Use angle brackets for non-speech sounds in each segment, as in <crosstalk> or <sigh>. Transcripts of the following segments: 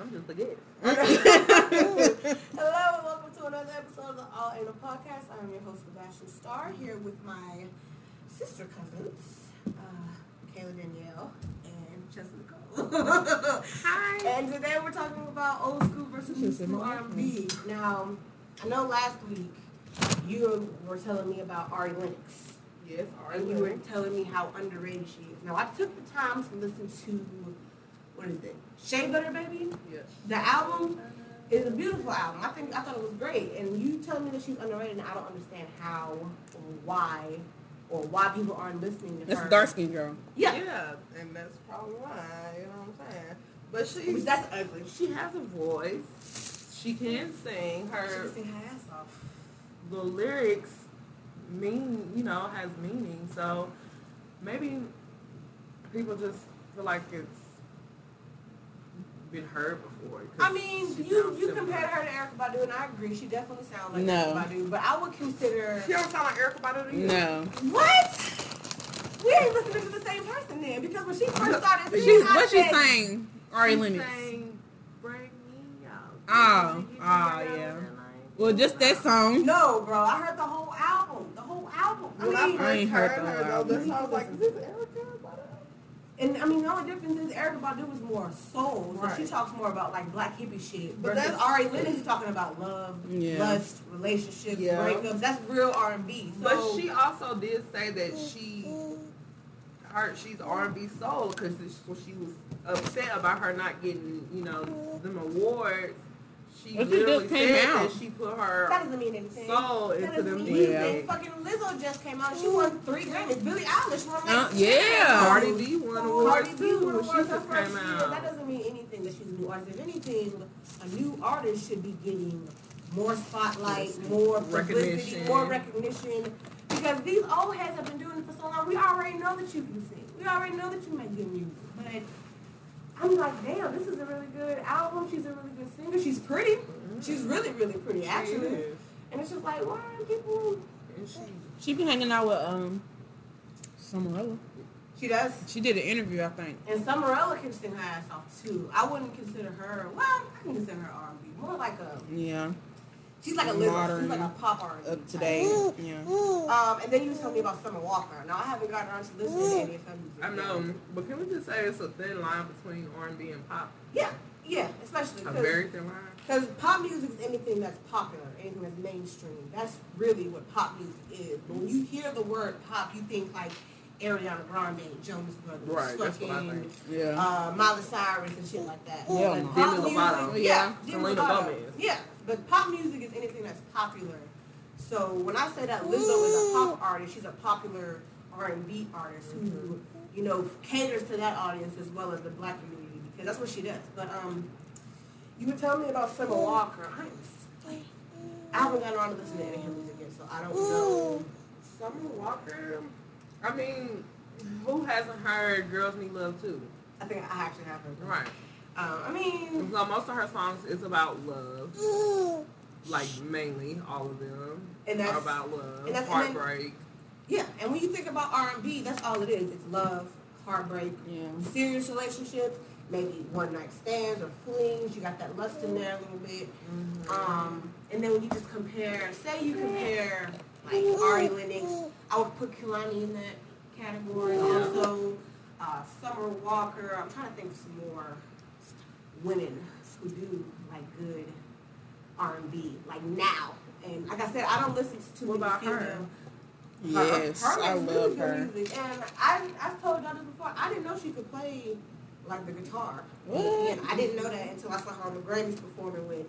I'm just a <laughs> guest. Hello and welcome to another episode of the All Anal Podcast. I am your host Sebastian Starr here with my sister cousins, uh, Kayla Danielle and Chelsea Nicole. Hi. <laughs> and today we're talking about old school versus new Just a school moment. R&B. Now, I know last week you were telling me about Ari Lennox. Yes, And you were telling me how underrated she is. Now I took the time to listen to what is it? Shea Butter Baby? Yes. The album is a beautiful album. I think I thought it was great. And you telling me that she's underrated and I don't understand how or why or why people aren't listening to That's her. a dark skinned girl. Yeah. Yeah, and that's probably why. You know what I'm saying? But Which she that's ugly. she has a voice. She can sing. She Her can sing her ass off. the lyrics mean you know has meaning so maybe people just feel like it's been heard before 'cause I mean, she you sounds you similar. compared her to Erica Badu and I agree. She definitely sounds like No. Erica Badu. But I would consider she don't sound like Erica Badu to you No. What? We ain't listening to the same person then because when she first started She- singing, She's, I what she said- saying? Ari She Lennox. sang Bring Me Out. Oh, Did you oh, hear that yeah. one? Well, just that song. No, bro. I heard the whole album. The whole album. I When I mean, first ain't heard heard that her, though, album. that's why I was like, is this Erica Badu? and I mean, the only difference is Erica Badu is more soul, so she Right. talks talks more about like black hippie shit. But But that's that's- Ari Lennox talking about love, Yeah. lust, relationships, Yeah. breakups. That's real R and B. So But she also did say that she, her, she's R and B soul because she was upset about her not getting, you know, them awards. She But she literally just came said out. that she put that her doesn't mean anything. soul That into doesn't them mean music. music. anything. Fucking Lizzo just came out. She won three Grammys. Billie Eilish won like Uh, three yeah. Grammys. Cardi B won awards Cardi B too. won when She awards her just first came year. That out. doesn't mean anything that she's a new artist. If anything, a new artist should be getting more spotlight, more publicity, Recognition. more recognition. Because these old heads have been doing it for so long. We already know that you can sing. We already know that you make good music. But I'm like, damn, this is a really good album. She's a really good singer. She's pretty. She's really, really pretty, actually. Mm-hmm. She is. And it's just like, why are people? And she, She be hanging out with um Samarella. She does. She did an interview, I think. And Summerella can sing her ass off too. I wouldn't consider her. Well, I can consider her R&B. More like a. Yeah. She's like a lizard. Modern, She's like a pop R&B. Up to type. date. Yeah. Um, and then you tell me about Summer Walker. Now I haven't gotten around to listening to any of her music. I know, but can we just say it's a thin line between R and B and pop? Yeah, yeah, especially A because very thin line. pop music is anything that's popular, anything that's mainstream. That's really what pop music is. When you hear the word pop, you think like Ariana Grande, Jonas Brothers, Right, that's what I fucking, think. Yeah. uh, Miley Cyrus and shit like that. Yeah, But Demi pop Lovato. music- Yeah, Demi Selena Lovato. Gomez. Yeah, but pop music is anything that's popular. So when I say that Lizzo is a pop artist, she's a popular R&B artist who, you know, caters to that audience as well as the black community because that's what she does. But um, you were telling me about Summer Walker. I, ain't- I haven't gotten around to listening to any of her music yet, so I don't know. Summer Walker. I mean, who hasn't heard "Girls Need Love" too? I think I actually have heard. Right. Um, I mean, So most of her songs is about love, like mainly all of them and are that's about love, and that's- and then- heartbreak. Yeah, and when you think about R and B, that's all it is. It's love, heartbreak, Yeah. serious relationships, maybe one night stands or flings. You got that lust in there a little bit. Mm-hmm. Um, and then when you just compare, say you compare like Ari Lennox, I would put Kalani in that category. Also, uh, Summer Walker. I'm trying to think of some more women who do like good R and B, like now. And like I said, I don't listen to too What many about her? female- her- Yes. her I makes really love good her. Music. And I, I told y'all this before. I didn't know she could play like the guitar. What? And I didn't know that until I saw her on the Grammys performing with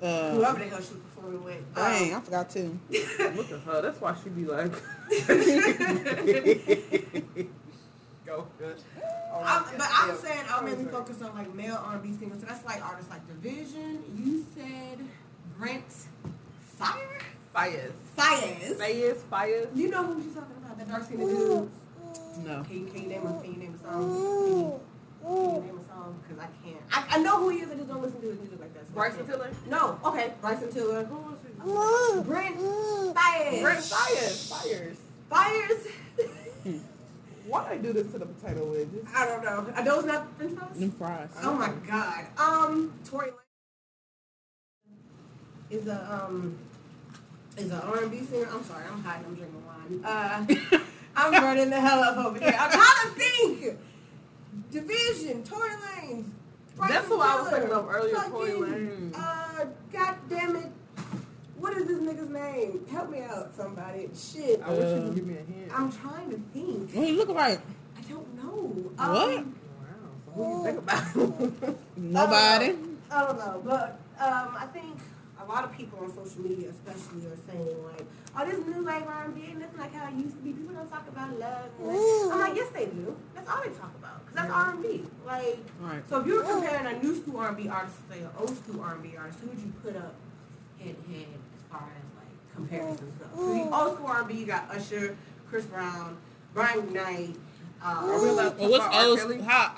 Uh, whoever the hell she was performing with. Um, dang, <laughs> I forgot too. Look at her. That's why she be <laughs> like. Go. good. <laughs> I'm, but I'm Yeah. saying I'm mainly focused on like male R&B singers. So that's like artists like Division. You said Brent Fire Fires. Fires. Fires. Fires. You know who she's talking about? That dark skinned dude. No. Can you, can you name a can you name a song? Can you, can you name a song? Because I can't. I, I know who he is. I just don't listen to his music like that. so I Bryson can't. Tiller. No, okay, Bryson Tiller. Who was it? Brent Fires. Brent Fires. Fires. Fires. Why they do this to the potato wedges? <laughs> I don't know. Are those not French fries? Them <laughs> fries. Oh my god. Um, Tory Lanez is a um is an R and B singer. I'm sorry, I'm hiding. I'm drinking wine. Uh, I'm burning the hell up over here. I'm trying to think. Division, Tory Lanez. That's Bryson who I was Tiller, thinking of earlier, Tory fucking, Lanez. Uh, god damn it. What is this nigga's name? Help me out, somebody. Shit. I wish you Um, could give me a hint. I'm trying to think. What he look like? I don't know. What? Um, wow. So who you <laughs> think about? Nobody. I don't know, but um, I think a lot of people on social media, especially, are saying like, "Oh, this new like R&B ain't nothing like how it used to be." People don't talk about love. And like, I'm like, Mm-hmm. yes, Oh, they do. That's all they talk about because that's R&B. Like, All right. so if you were comparing a new school R&B artist to say an old school R&B artist, who would you put up head to head as far as like comparisons go? 'Cause the old school R&B, you got Usher, Chris Brown, Brian Knight. Uh, Mm-hmm. a real like, Well, what's R. old? Kelly? How?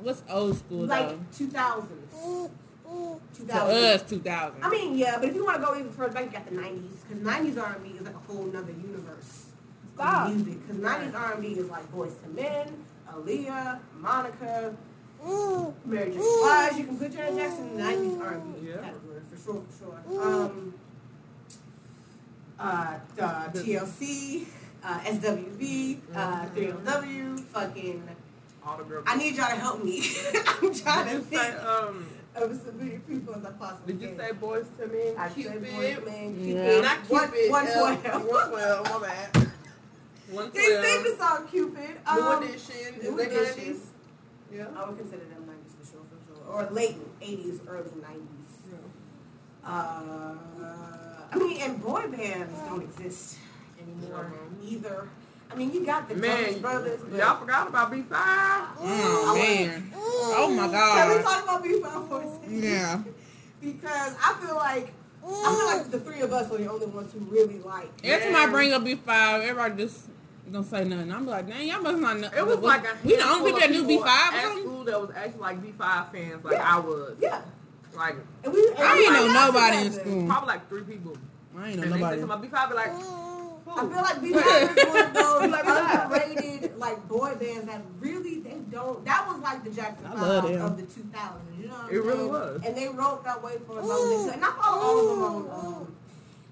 What's old school though? like 2000s. Mm-hmm. 2000s. To us, two thousand. I mean, yeah, but if you want to go even further back, you got the '90s because '90s R&B is like a whole nother universe Stop. of music. Because '90s R&B is like Boys to Men, Aaliyah, Monica, Mary J. Blige. Uh, You can put Janet Jackson in the '90s R&B Yeah. category for sure, for sure. Um, uh, uh, TLC, uh, SWV, uh, Mm-hmm. 3LW, fucking. All the girls. I need y'all to help me. <laughs> I'm trying to Did you say, think um, of as many people as I possibly did you can. say boys to men? I Cupid. said boys, man, Cupid. uh, Yeah. Not One- Cupid. <laughs> one L. twelve. <laughs> One twelve. My bad. One twelve. They sing the song Cupid. Um, New edition. Is New that Edition. nineties? Yeah. I would consider them 90s for sure, for sure. Or late 80s, early 90s. Uh, I mean, and boy bands don't exist anymore either. I mean, you got the Man, Jonas Um, Brothers, but y'all forgot about B five. oh man. Oh my can god. we talk about B5 for a second? Yeah. Because I feel like I feel like the three of us are the only ones who really like. Every time Yeah. I bring up B five, everybody just don't say nothing. I'm like, dang, y'all must not know. It was like a we the only people that knew B handful of five or people At something. school that was actually like B five fans, like Yeah. I was. Yeah, Like and we. And I we ain't like know that nobody in together. school. probably like three people. I ain't And know they nobody. said to my B five, be like, I who? feel like these guys are one of those like underrated like boy bands that really they don't. That was like the Jackson I Five love them. of the 2000s. You know, what I'm It really saying? was. And they wrote that way for a long time. And I follow all of them on um,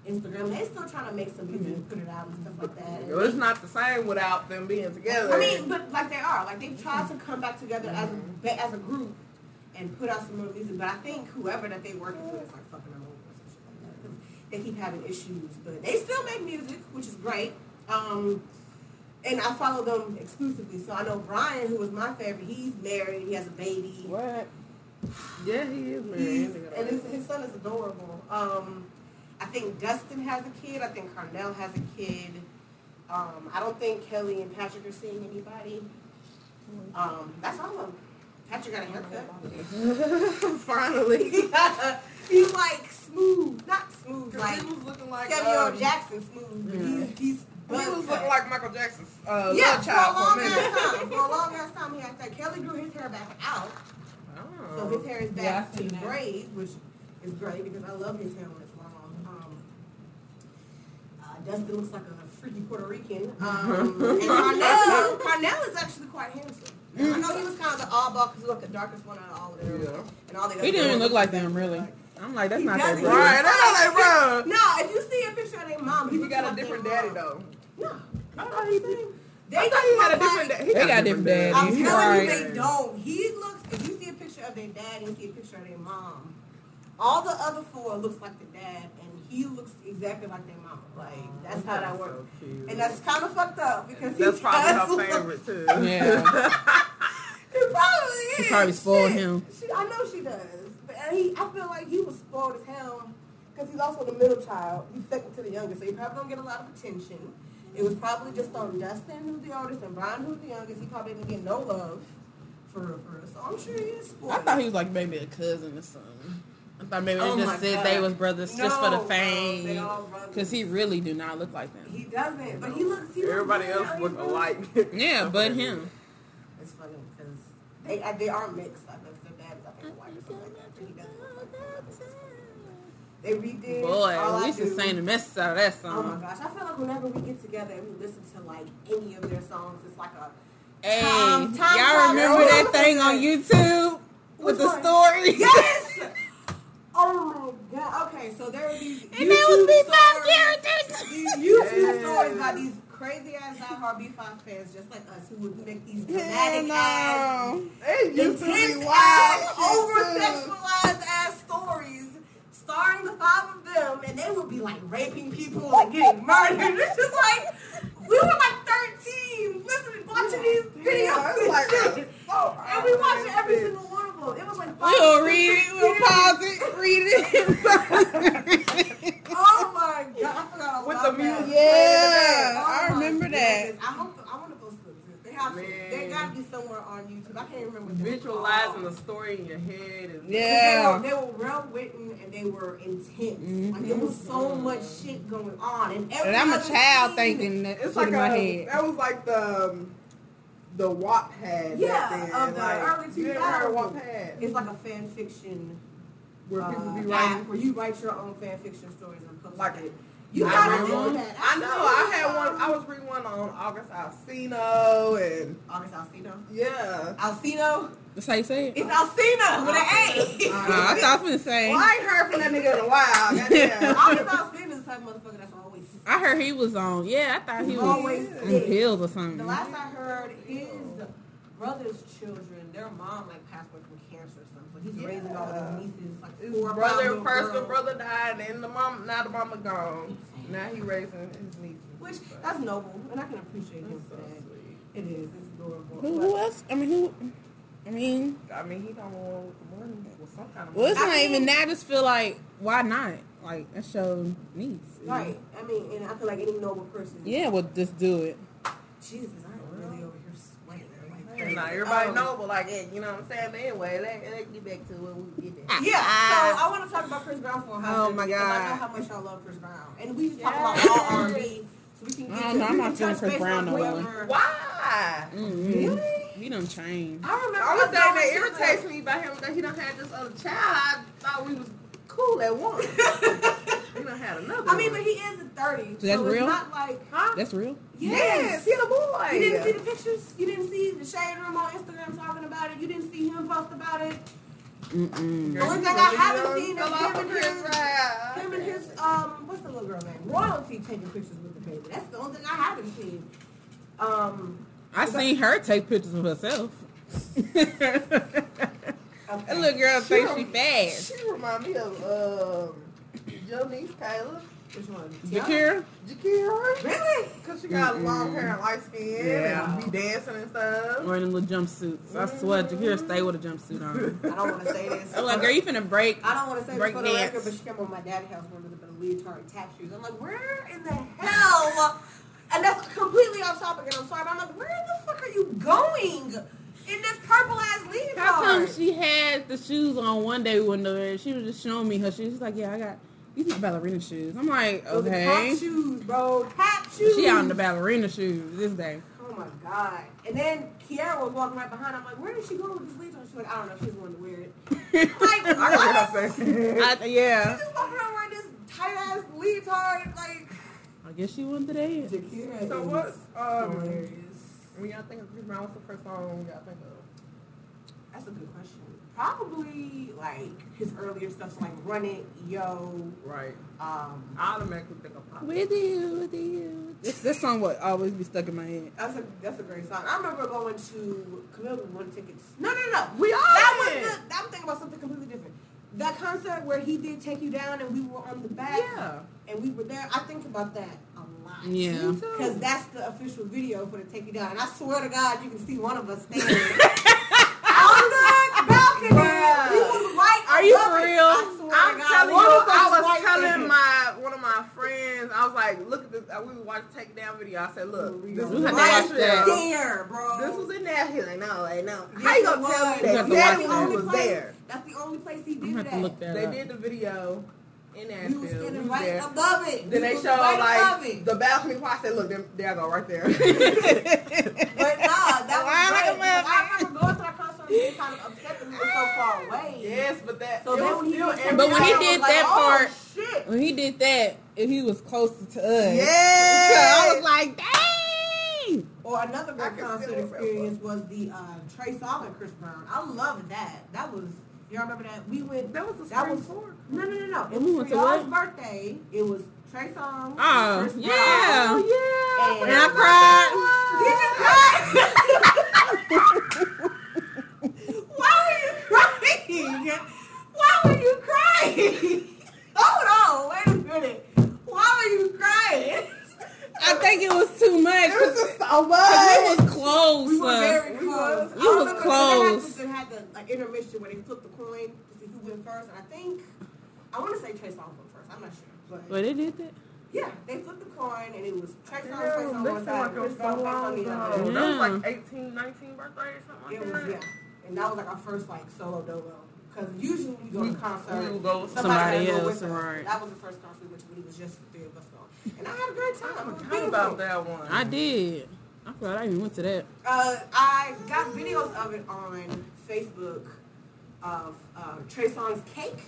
Instagram. They still trying to make some music, and put it out and stuff like that. Well, it's not the same without them being together. I mean, but like they are, like they've tried to come back together as a ba- as a group and put out some more music. But I think whoever that they working with is like fucking them over or some shit like that. 'Cause They keep having issues, but they still make music, which is great. Um, and I follow them exclusively, so I know Brian, who was my favorite. He's married. He has a baby. what? yeah, he is He's, married. and his, his son is adorable. Um, I think Dustin has a kid. I think Carnell has a kid. Um, I don't think Kelly and Patrick are seeing anybody. Um, that's all of them. Patrick got a haircut. <laughs> Finally. he's like smooth, not smooth, like He was looking like Samuel um, Jackson smooth. but He's, he's He was buzz looking cut. like Michael Jackson's uh, yeah, love for a child long for a minute. ass time. For a long ass time, he had that. Kelly grew his hair back out. Oh. So his hair is back Yeah, I've to seen that. braids, which is great because I love his hair when it's long. Um, uh, Dustin looks like a freaky Puerto Rican. <laughs> Um, and Carnell, Carnell is actually quite handsome. I know he was kind of the oddball because he looked the darkest one out of all of them. Yeah. And all the He other didn't even girls look like them exactly really. alike. <laughs> I'm like, that's He not that doesn't. Right, bright. that's how they run. No, if you see a picture of their mom, He got a like different their daddy mom. though. No, Oh, he did. they I just thought he had a look like- different daddy. They got different I'm daddies. telling He's you, right. they don't. He looks. If you see a picture of their dad and you see a picture of their mom, all the other four looks like the dad, and he looks exactly like their mom. Like that's how that works. And that's kind of fucked up because he that's does <laughs> probably look- her favorite too. Yeah. <laughs> It probably is. She probably spoiled Shit. him. She, I know she does, but and he, I feel like he was spoiled as hell because he's also the middle child. He's second to the youngest, so he probably don't get a lot of attention. It was probably just on Dustin, who's the oldest, and Brian, who's the youngest. He probably didn't get no love for real, for real. So I'm sure he is spoiled. I thought he was like maybe a cousin or something. I thought maybe Oh they my just said God. they was brothers just for the No, no, they fame. all brothers. Cause he really do not look like them. He doesn't, but he looks. He Everybody looks else look really- alike. Yeah, but him. It's funny because they uh, they are mixed. I think their dad is I think white or something like that, but he doesn't look like that. They redid. all Boy, I we used to do. sing the mess out of that Um, Oh my song. gosh, I feel like whenever we get together and we listen to like any of their songs, it's like a Hey, Tom- Tom y'all remember Cruise. that thing on YouTube Which with the one? story? Yes. <laughs> Oh my god. Okay, so there were these <laughs> and there was YouTube me five stories. characters. These YouTube Yes. stories about these crazy ass diehard B5 fans just like us who would make these Hell dramatic ass, no. It used to be intense wild. ass, shit, over too. sexualized ass stories starring the five of them, and they would be like raping people and getting murdered. It's just like we were like 13 listening, watching these Yeah, videos it's <laughs> and like, shit. oh, <laughs> And we watched every single one of them. It was like We will five, read six, it, we'll six. pause it, read it. <laughs> Oh my god! I forgot all With about the that. music. Yeah, Oh I my remember that. goodness. I hope I want to go to this. They have to. They Man. got to be somewhere on YouTube. I can't remember. what they were Visualizing the called. story in your head is yeah. They were, they were well written and they were intense. Like it Mhm. was so much shit going on, and, every And I'm a other child scene- thinking that It's it's like in my a, head. that was like the um, the Wattpad. Yeah, back then. of the like, early You ever heard of 2000s. Wattpad? It's like a fan fiction where uh, people be app writing. where you write your own fan fiction stories and post Like it. it. You I gotta remember do one. that. I know. I had one. I was reading one on August Alcino and August Alcino. yeah. Alcino. That's how you say it. It's Alcina with an Uh, <laughs> A. I thought I was gonna say. Well, I ain't heard from that nigga in a while. <laughs> Goddamn. All about sin is the type of motherfucker that's always sick. I heard he was on. Yeah, I thought he He's was always on sick. pills or something. The last I heard, his brother's children, their mom like passed away from cancer or something. So he's raising all Yeah. his nieces like His four brother, five first the little girls. brother died, and the mom, now the mama gone. Now he raising his nieces. Which But that's noble, and I can appreciate him that's for so that. sweet. It is. It's adorable. who, who else? I mean, who? I mean, I mean, he don't want with the money, with some kind of well, it's I not mean- even that. I just feel like, why not? Like, that show needs. Right. I mean, and I feel like any noble person. Yeah, well, just do it. Jesus, I'm really over here sweating. like money. crazy. Now everybody Um, know, but like, eh, you know what I'm saying. But anyway, let, let's get back to what we get. at. Yeah, Ah. so I want to talk about Chris Brown for a hot Oh, second, my because I know God. how much y'all love Chris Brown, and we just talk Yes. about all R and B, so we can I get. don't to- know, I'm we not can feeling touch Chris base Brown on no more. whoever- Why? Mm-mm. Mm-hmm. We done changed. I remember. The only thing that I was going to irritates me about him that he don't have this other child. I thought we was cool at one. <laughs> <laughs> he don't had another. the- I mean, one. but he is in thirty, so, So that's it's real? not like huh? That's real. Yes, yes. he the boy. You didn't see the pictures. You didn't see the shade room on Instagram talking about it. You didn't see him post about it. Mm-mm. The only thing I haven't seen is him and his- his, Him and his um, what's the little girl name? Royalty taking pictures with the baby. That's the only thing I haven't seen. Um, I seen her take pictures of herself. <laughs> that okay. little girl thinks she don't- fast. She remind me of um, your niece Kayla, which one? Shakira? Jakira, Really? cause she got long hair and light skin Yeah. and be dancing and <laughs> stuff. Wearing them little jumpsuits. I swear, Shakira stay with a jumpsuit on. <laughs> I don't want to say this. I'm like, girl, you finna break. I don't want to say this Break for the dance. record, but she came over my dad's house wearing the leotard tap shoes. I'm like, where in the hell? And that's completely off topic, and I'm sorry, but I'm like, where the fuck are you going in this purple ass leotard? How come she had the shoes on one day we went over there? She was just showing me her shoes. She's like, yeah, I got these are ballerina shoes. I'm like, Those are tap okay. shoes, bro. Tap shoes. She out in the ballerina shoes this day. Oh my god. And then Kiara was walking right behind. I'm like, where did she go with this leotard? She's like, I don't know. She's wanting to wear it. <laughs> Like, <laughs> I got <laughs> what? what I'm saying. <laughs> I, yeah. Just walking around wearing this tight ass leotard, like. I guess she wanted to dance. Shakira So is what? Um, hilarious. when y'all think of Chris Brown, what's the first song y'all think of? That's a good question. Probably like his earlier stuff, so like Run It, Yo, Right, um, I automatically think of Pop. With you, with you. This, this song would always be stuck in my head. that's a that's a great song. I remember going to Camille with one tickets. No, no, no. We all That did. was the, I'm thinking about something completely different. That concert where he did take you down and we were on the back Yeah, and we were there. I think about that a lot. Yeah. Me too. Because that's the official video for the Take You Down. And I swear to God, you can see one of us <laughs> standing on the balcony. <laughs> Bruh. He was right. Are you above for it. real? I swear I'm to God, telling you, one of us I was right telling there. my one of my friends, I was like, look at this. uh, We were watching take down video. I said, look, We this were was in had to that right watch that. video. there, bro. This was in there. He's like, no, like, no. Yes, How you it gonna tell was. me You have that to watch daddy it. was Place- there? That's the only place he I'm did gonna that. have to look that They up. did the video in We was Nashville. We standing was right there. above it. Then We they was show right above like <laughs> it. the balcony. part. I said, look, them- there I go right there. <laughs> But nah, Why that like was a great. because I remember going to that concert and being kind of upset that we were so far away. yes, but that. So it then was when he still did every But when he time I did was that like, oh, part- shit. When he did that, if he was closer to us. Yeah. I was like, dang. Or another I great can concert still remember. experience was the uh, Trey Songz and Chris Brown. I love that. That was y'all remember that we went. That was a That that was- No, no, no, no. It We was went to y'all's birthday. It was Trey Songz. Oh, Chris Brown, yeah. Oh, And And I cried. Did you cry? Why were you crying? Why were you crying? Hold on, wait a minute. Why were you crying? I think it was too much. It was just so much. It was close. We were uh, very We was- close. I we was remember close. They had, they had the like, intermission where they flipped the coin to see who went first. And I think I want to say Trey Songz went first. I'm not sure, but but it did that. yeah, they flipped the coin and it was Trey Damn, Songz face on that sound one side, like it was Chris Brown so face on long the ago. other. Yeah. That was like 18, 19 birthday or It something was, like yeah. that. And that was like our first like solo dolo. Because usually when we go to We concert, would go somebody, Somebody gotta go else, with us. right. That was the first concert we went to. It was just the three of us going. And I had a great I time. It was forgot beautiful. about that one. I did. I forgot I even went to that. Uh, I got videos of it on Facebook of uh, Trey Songz Cake.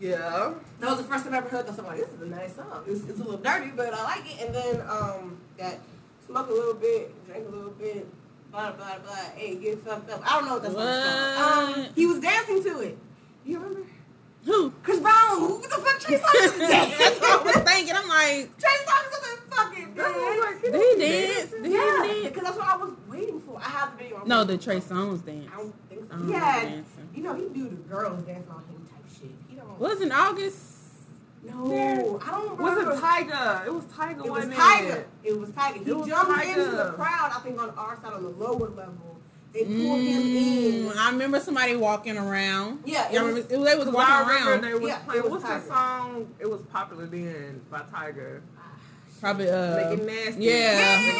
Yeah. That was the first time I ever heard that song. Like, this is a nice song. It's, it's a little dirty, but I like it. And then um, that smoke a little bit, drink a little bit, blah blah blah. Hey, get fucked up. I don't know what that's called. Um, What? he was dancing to it. You remember? <laughs> Who? Chris Brown. Who the fuck Trey Songz is That's <laughs> what I was dancing? thinking. I'm like, Trey Songz is a fucking That was dance. like, did he dance? Did he Yeah, dance? because that's what I was waiting for. I have the video. I'm No, the waiting Trey for. Songz Oh, dance. I don't think so. I don't know the yeah, dancing. you know he do the girls dance on him type shit. He don't. Wasn't August? No, I don't Was remember. it Tiger? It was Tiger, It was wasn't Tiger. It was Tiger. He It was jumped Tiger. into the crowd. I think on our side, on the lower level, they pulled him Mm, in. I remember somebody walking around. Yeah, it Y'all was- remember, it, they was Because walking I remember around. they was Yeah, playing. it was What's Tiger. the song? It was popular then by Tiger. Probably uh, Make it nasty. yeah. Yeah,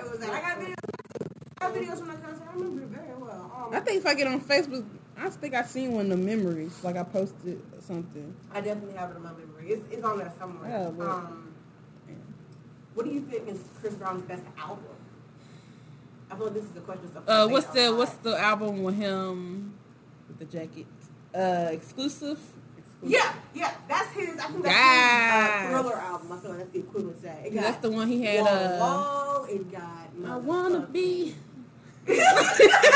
Uh-huh. it was like, I got videos. I got videos from that concert. I remember it very well. Um, I think if I get on Facebook, I think I seen one of the memories. Like I posted something. I definitely have it in my memory. It's, it's on there somewhere. Yeah, but- um, what do you think is Chris Brown's best album? I feel like this is the question. stuff Uh, to say what's the outside. what's the album with him with the jacket? Uh, exclusive. Yeah, yeah, that's his. I think that's Yes. his uh, Thriller album. I feel like that's the equivalent to that. It got That's the one he had. Wall, uh, Wall, it got. I wanna be. <laughs>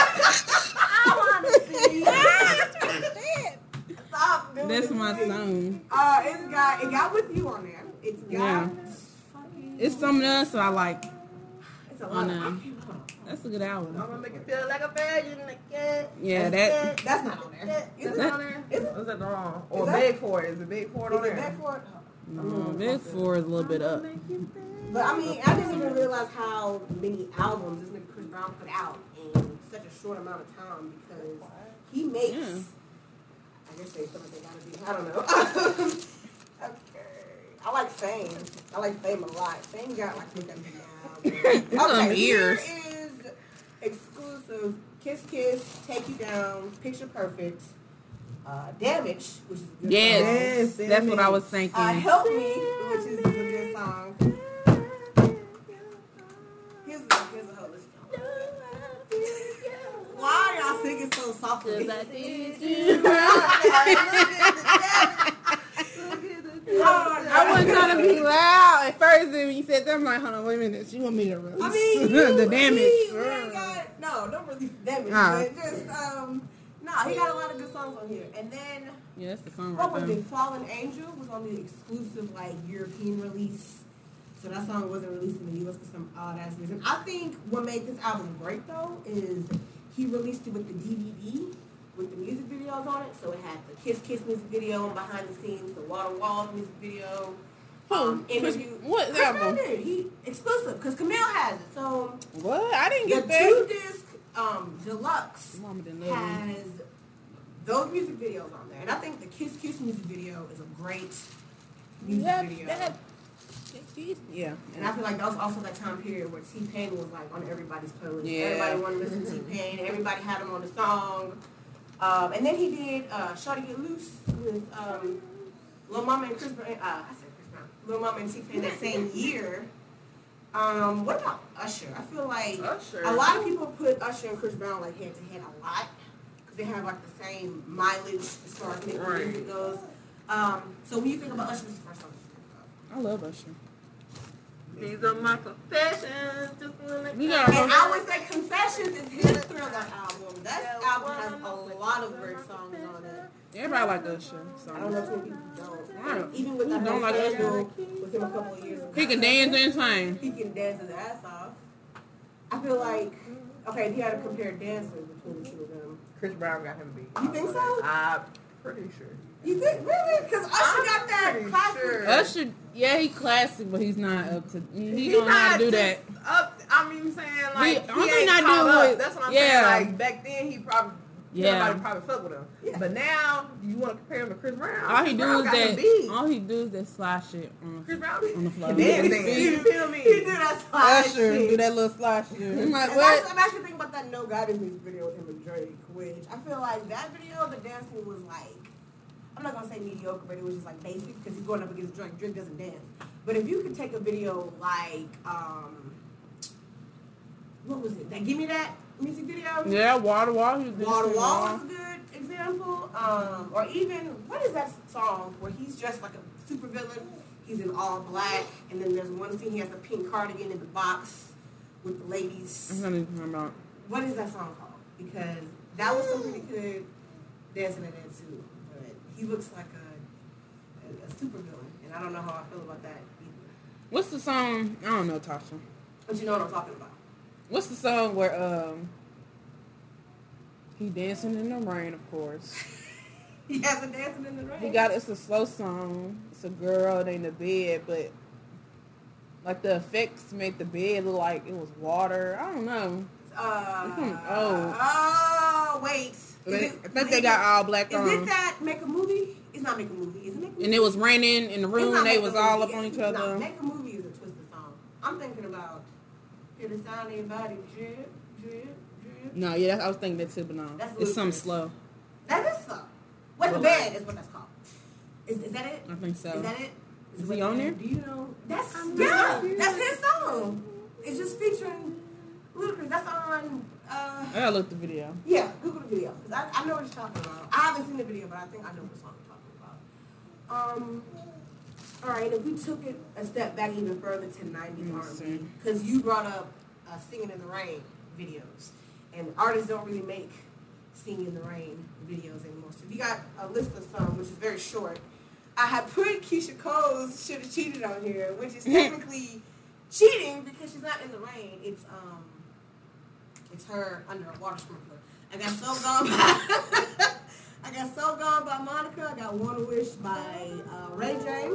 I wanna <laughs> be. Stop doing That's this my thing. song. Uh, it's got it got with you on there. It's got. Yeah. fucking- It's something else that I like. It's a lot. on, of- um, That's a good album. gonna make you feel like a virgin again. Yeah, that. That's not on there. Is Is it? that That- on there? is it- Or Is that wrong? Or that- beg for it? Is it beg for it on Is it there? that for it? No, Big Four is um, a little bit up. But I mean, I didn't even realize how many albums this nigga Chris Brown put out in such a short amount of time because he makes. Yeah. I guess they something they gotta be. I don't know. <laughs> okay, I like Fame. I like Fame a lot. Fame got like think <laughs> of Look at them ears. Here is exclusive. Kiss Kiss, Take You Down, Picture Perfect, uh, Damage, which is a good song. Yes, Yes, that's what I was Uh, thinking. Help Me, which is a good song. Here's a, here's a whole list. Why are y'all singing so softly? <laughs> <laughs> I wasn't trying to be loud at first, and when you said that, I'm like, hold on, wait a minute. She want me to release I <laughs> mean, the you- damage. He, we ain't got, no, don't release damage. Ah. But just um, no, he got a lot of good songs on here. And then Yeah, that's the song what right was there. it? Fallen Angel was on the exclusive like European release. So that song wasn't released in the US for some odd ass reason. I think what made this album great though is he released it with the DVD with the music videos on it. So it had the Kiss Kiss music video and behind the scenes, the Water Wall music video. Um, Who? Chris, interview. what Chris Brown album? did. He exclusive because Camille has it. So What? I didn't the get that. two disc um, deluxe Mama didn't love me. has those music videos on there. And I think the Kiss Kiss music video is a great music Yep, video. yep. Yeah. And I feel like that was also that time period where T Pain was like on everybody's playlist. Yeah. Everybody wanted to listen to T Pain. Everybody had him on the song. Um, and then he did uh, "Shawty Get Loose" with um, Lil Mama and Chris Brown. Uh, I said Chris Brown. Lil Mama and T Pain that same year. Um, what about Usher? I feel like Usher. a lot of people put Usher and Chris Brown like head to head a lot because they have like the same mileage as far as making Right. music goes. Um, so when you think about Usher, what's the first song you think about? I love Usher. These are my confessions. Just wanna We gotta And I would say Confessions is his thriller album. That album has a lot of great songs on it. Everybody like Usher. So. I don't know if many people I don't. don't- Even with the who don't like Hurt Usher? single with him a couple of years ago. He can dance and sing. He can dance his ass off. I feel like, okay, if you had to compare dances between the two of them. Chris Brown got him beat. You think so? I'm pretty sure. You think, really? Because Usher got that pretty classic. sure. Usher, yeah, he classic, but he's not up to. He He's don't know how to do just that. Up, I mean, saying like He- he, only ain't thing I do caught up. with- That's what I'm yeah. saying. Like back then, he probably Yeah. everybody probably fuck with him. Yeah. But now, you want to compare him to Chris Brown? All he Chris do Brown is got him that. beat. All he do is that um, sly shit. on- Chris Brown on the floor. he did that. He You feel me? He did that slide shit. that little slide shit. I'm like, And that's- what? I'm actually thinking about that No God in this video with him and Drake, which I feel like that video, the dancing was like, I'm not gonna say mediocre, but it was just like basic because he's going up against Drake. Drake doesn't dance. But if you could take a video like, um, what was it? That Give Me That music video? Yeah, water wall. He was Wall to dancing Wall was a good example. Um, or even, what is that song where he's dressed like a super villain? He's in all black, and then there's one scene he has a pink cardigan in the box with the ladies I'm gonna remember. what is that song called? Because that was something he could dance in and dance to. But he looks like a, a, a super villain, and I don't know how I feel about that either. What's the song? I don't know, Tasha. But you know what I'm talking about. <laughs> What's the song where um he dancing in the rain? Of course, He has a dancing in the rain. he got it's a slow song. It's a girl they in the bed, but like the effects make the bed look like it was water. I don't know. Uh, Mhm. oh. Oh. wait. Is They- I it- think they got all black Is it on, that make a movie? It's not make a movie. Is it make a movie? and it was raining in the It's room. not and They Make a was Movie. all up on each It's not- other. Make a movie is a twisted song. I'm thinking about. Hear the sound of your body drip, drip, drip. No, yeah, that's, I was thinking that too, but no, That's it's something Ludacris. slow. That is so. What the Well, bed is what that's called. Is, is that it? I think so. Is that it? Is it he what- on there? Do you know? That's yeah. That's his song. It's just featuring Ludacris. That's on. Uh, I gotta look the video. yeah, Google the video because I, I know what you're talking about. I haven't seen the video, but I think I know what song you're talking about. Um. All right, if we took it a step back even further to Let me 90s R&B, see. because you brought up uh, Singing in the Rain videos, and artists don't really make Singing in the Rain videos anymore. So if you got a list of some, which is very short, I had put Keisha Cole's Should Have Cheated on here, which is technically cheating because she's not in the rain. It's um, it's her under a water sprinkler. I got so gone by, <laughs> I got so gone by Monica. I got Wanna Wish by uh, Ray J.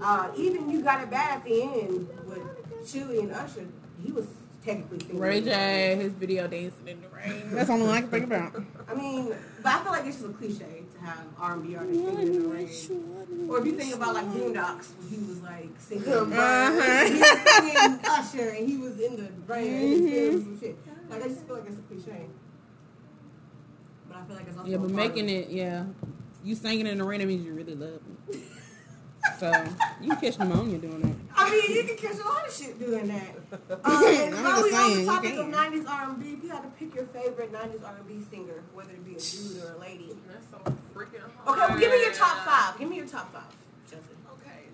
Uh, even you got it bad at the end with Chewy and Usher. He was technically singing. Ray J, his video dancing in the rain. <laughs> That's the only one I can think about. I mean, but I feel like it's just a cliche to have R and B artists singing in the rain. Or if you think about like Boondocks, when he was like singing, Uh-huh. he was singing Usher, and he was in the rain, and his hair Mm-hmm. was some shit. Like I just feel like it's a cliche. But I feel like it's also <laughs> Yeah, but a making it, yeah. You singing in the rain, that means you really love <laughs> me. So you can catch pneumonia doing that. I mean, you can catch a lot of shit doing <laughs> that. Um, and I'm while we on just the saying, you topic of can. '90s R&B, if you had to pick your favorite '90s R&B singer, whether it be a dude or a lady. That's so freaking hard. Okay, well, give me your top five. Give me your top five, Justin. Okay.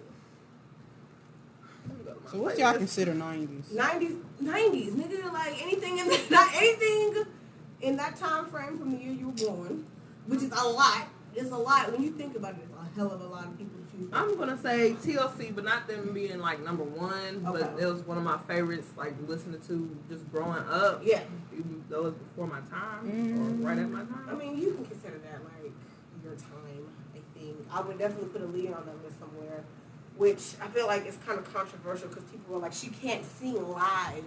Let me go to my So what y'all playlist. consider nineties? Nineties, nineties, nigga. Like anything in the, <laughs> not anything in that time frame from the year you were born, which is a lot. It's a lot when you think about it. It's a hell of a lot of people to choose. from. I'm gonna say TLC, but not them being like number one. But Okay. it was one of my favorites, like listening to just growing up, yeah, even though it's before my time or right at my time. I mean, you can consider that like your time. I think I would definitely put a lead on that list somewhere, which I feel like is kind of controversial because people are like, she can't sing live,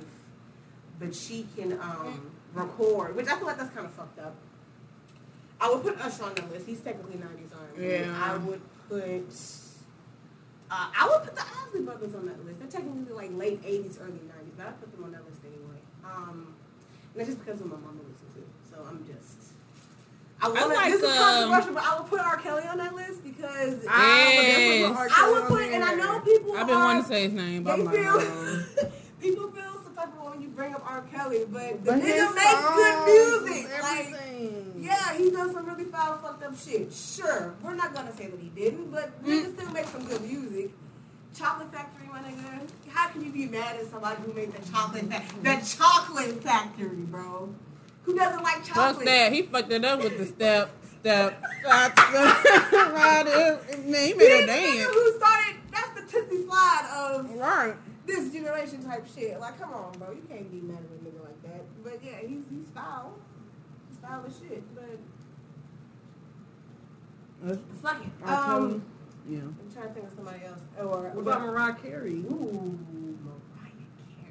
but she can um, record, which I feel like that's kind of fucked up. I would put Usher on the list. He's technically '90s R&B. Yeah. I would put. Uh, I would put the Osley Brothers on that list. They're technically like late '80s, early '90s, but I put them on that list anyway. Um, and that's just because of what my mama listened to. So I'm just. I want like, This is um, controversial, but I would put R. Kelly on that list because I, Yes. would put, and I know people. I've been are, wanting to say his name, but They I'm like, feel. <laughs> oh. <laughs> people feel some type of way when you bring up R. Kelly, but the But his nigga makes good songs, music. Like, Everything. yeah, he done some really foul, Mm. fucked up shit. Sure, we're not gonna say that he didn't, but niggas still make some good music. Chocolate Factory, my nigga. How can you be mad at somebody who made the chocolate factory? The chocolate factory, bro. Who doesn't like Fuck chocolate? that. He fucked it up with the step, step, stop, <laughs> stop. Right, it- Man, he He's made a the nigga dance. who started. That's the Tootsie Slide of Right. this generation type shit. Like, come on, bro. You can't be mad at a nigga like that. But yeah, he's he's foul. He's foul as shit. But That's- fuck it. I told Um, him. Yeah. I'm trying to think of somebody else. Oh, Or What about Mariah Carey? Ooh, Mariah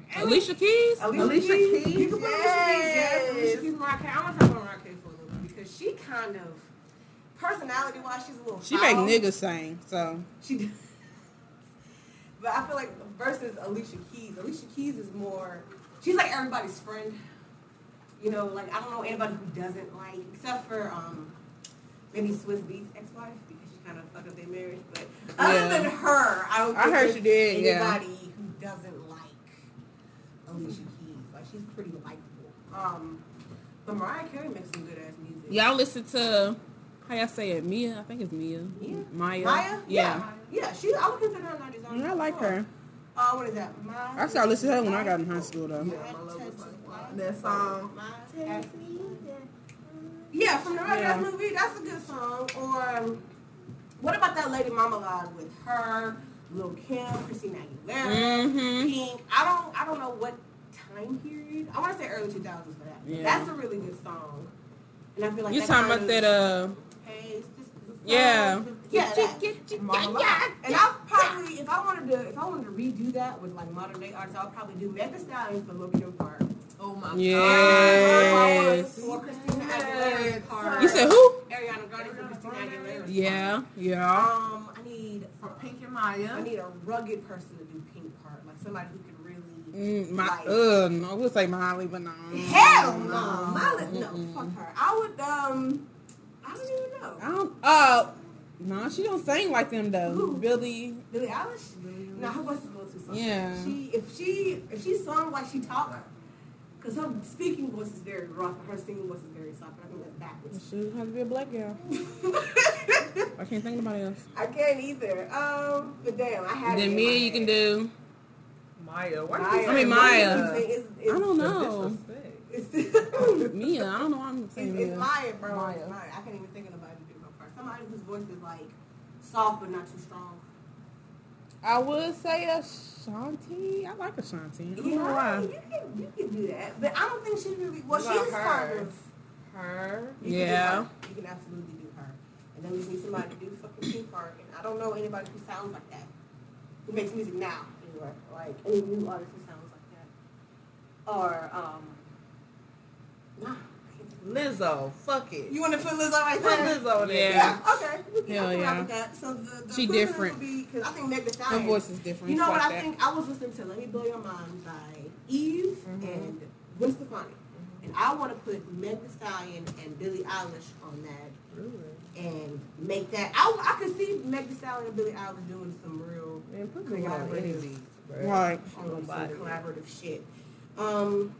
Carey. Alicia Keys? Alicia, Alicia Keys. Keys, You can put yes. Alicia Keys. Yes. Alicia Keys, Mariah Carey. I want to talk about Mariah Carey for a little bit because she kind of, personality wise, she's a little. She make foul. niggas sing, so. She does. <laughs> But I feel like versus Alicia Keys, Alicia Keys is more. She's like everybody's friend. You know, like I don't know anybody who doesn't like, except for um, maybe Swiss Beats ex-wife because she kind of fucked up their marriage. But other Yeah. than her, I don't. I think heard there's she did, yeah. Anybody who doesn't like Alicia Keys, like she's pretty likable. Um, but Mariah Carey makes some good ass music. Y'all listen to, how y'all say it? Mia? I think it's Mia. Mia? Maya? Maya. Yeah. yeah, She, I would consider her nineties Mm, I like her. Oh, what is that? My I started listening to her when I got in high school, though. My love was like And That song. mine. Yeah, from the Rugrats Yeah. movie. That's a good song. Or um, what about that Lady Marmalade with her, Lil Kim, Christina Aguilera, Mm-hmm. Pink? I don't, I don't know what time period. I want to say early two thousands for that. Yeah. That's a really good song. And I feel like You that talking kind about that, uh, of pays- this is the song. yeah. yeah. that. Yeah, Marmalade. yeah. And I'll probably, if I wanted to, if I wanted to redo that with like modern day artists, I'll probably do Megan Thee Stallion for Lil Kim part. Oh my Yes. Or Christina Aguilera's part. You said who? Ariana Grande for Christina Aguilera's Yeah, yeah. Um, I need, God. For Pink and I Maya. need a rugged person to do Pink part, like somebody who can really. Mm, my, Like- uh, no, I would say Miley, but no. Hell no, Miley, no, Mm-mm. fuck her. I would, um, I don't even know. I don't, uh, no, she don't sing like them though. Who? Billy, Billie Eilish? No, her voice is a little too soft. Yeah. She if she if she sung like she talked, because her speaking voice is very rough, her singing voice is very soft, and I think that's backwards. she has to be a black girl. I can't think of nobody else. <laughs> I can't either. Um, but damn, I had. it Then in me, my you can head. do. Maya. Why Maya. I you mean, say Maya. Maya. It's, it's, I don't know. Disrespect. <laughs> It's, it's, Mia, I don't know. why I'm saying it's Mia. Maya, bro. Maya. Maya. I can't even think of nobody to do her part. Somebody whose voice is like soft but not too strong. I would say Ashanti. I like Ashanti. I don't know Yeah, why. you can you can do that, but I don't think she really. What Well, about she's kind her? of. Her. You can do Yeah. her. You can absolutely do her. And then we just need somebody to do fucking Pink Park. And I don't know anybody who sounds like that. Who makes music now, anyway. Like, any new artist who sounds like that. Or, um, nah. Lizzo. Fuck it. You want to put Lizzo right Put there? Lizzo in there. Yeah. Yeah, okay. We can, Hell I can rock yeah. with that. So the, the She equivalent different. Would be, Cause I think Meg Thee Her Stallion. voice is different. You know Fuck what I that. think? I was listening to "Let Me Blow Your Mind" by Eve and Gwen Stefani, and I want to put Meg Thee Stallion and Billie Eilish on that and make that. I, I could see Meg Thee Stallion and Billie Eilish doing some real Man, put Collaborative. me on any beat, bro. Right. on some Nobody. collaborative shit. Um,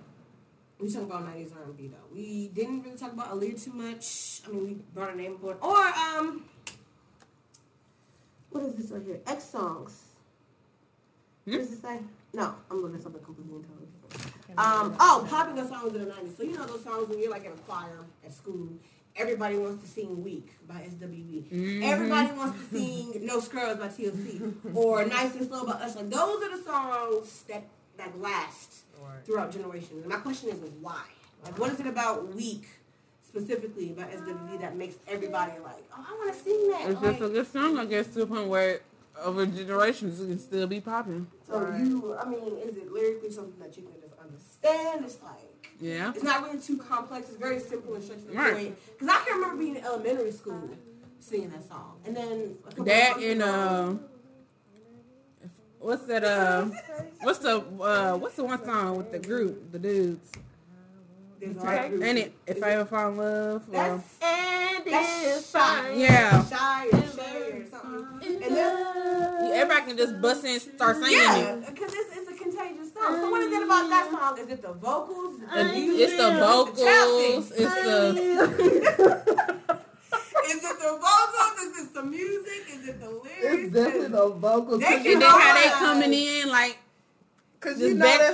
we talk about nineties R and B though. We didn't really talk about Aaliyah too much. I mean, we brought her name aboard. Or um, what is this right here? X songs. What does it say? No, I'm looking at something completely and totally different. Um, oh, popular songs in the nineties. So you know those songs when you're like in a choir at school. Everybody wants to sing "Weak" by E. SWV. Mm-hmm. Everybody wants to sing "No Scrubs" by TLC or "Nice and Slow" by Usher. Like, those are the songs that that last throughout generations. And my question is why? Like, what is it about "Weak" specifically about SWV that makes everybody like, "Oh, I want to sing that"? It's like, just a good song, I guess, to the point where over generations it can still be popping. So you, I mean, is it lyrically something that you can just understand? It's like Yeah. it's not really too complex. It's very simple and straight to the Right. point. Because I can remember being in elementary school singing that song, and then a couple That of and uh, what's that? Uh, what's the uh, what's the one song with the group, the dudes? there's Ain't it? If I ever fall in love. Or, That's, that's shy, Yeah. shy or shy or Mm-hmm. something. And then, everybody can just bust in and start singing it. yeah, because it's, it's a contagious song. So what is it about that Mm-hmm. song? Is it the vocals? Is it the It's, music? it's the vocals. It's the Is it the vocals? Is it the music? Is it the lyrics? It's definitely the vocals. They Cause can you And then know, how they coming in like cause this you know back- that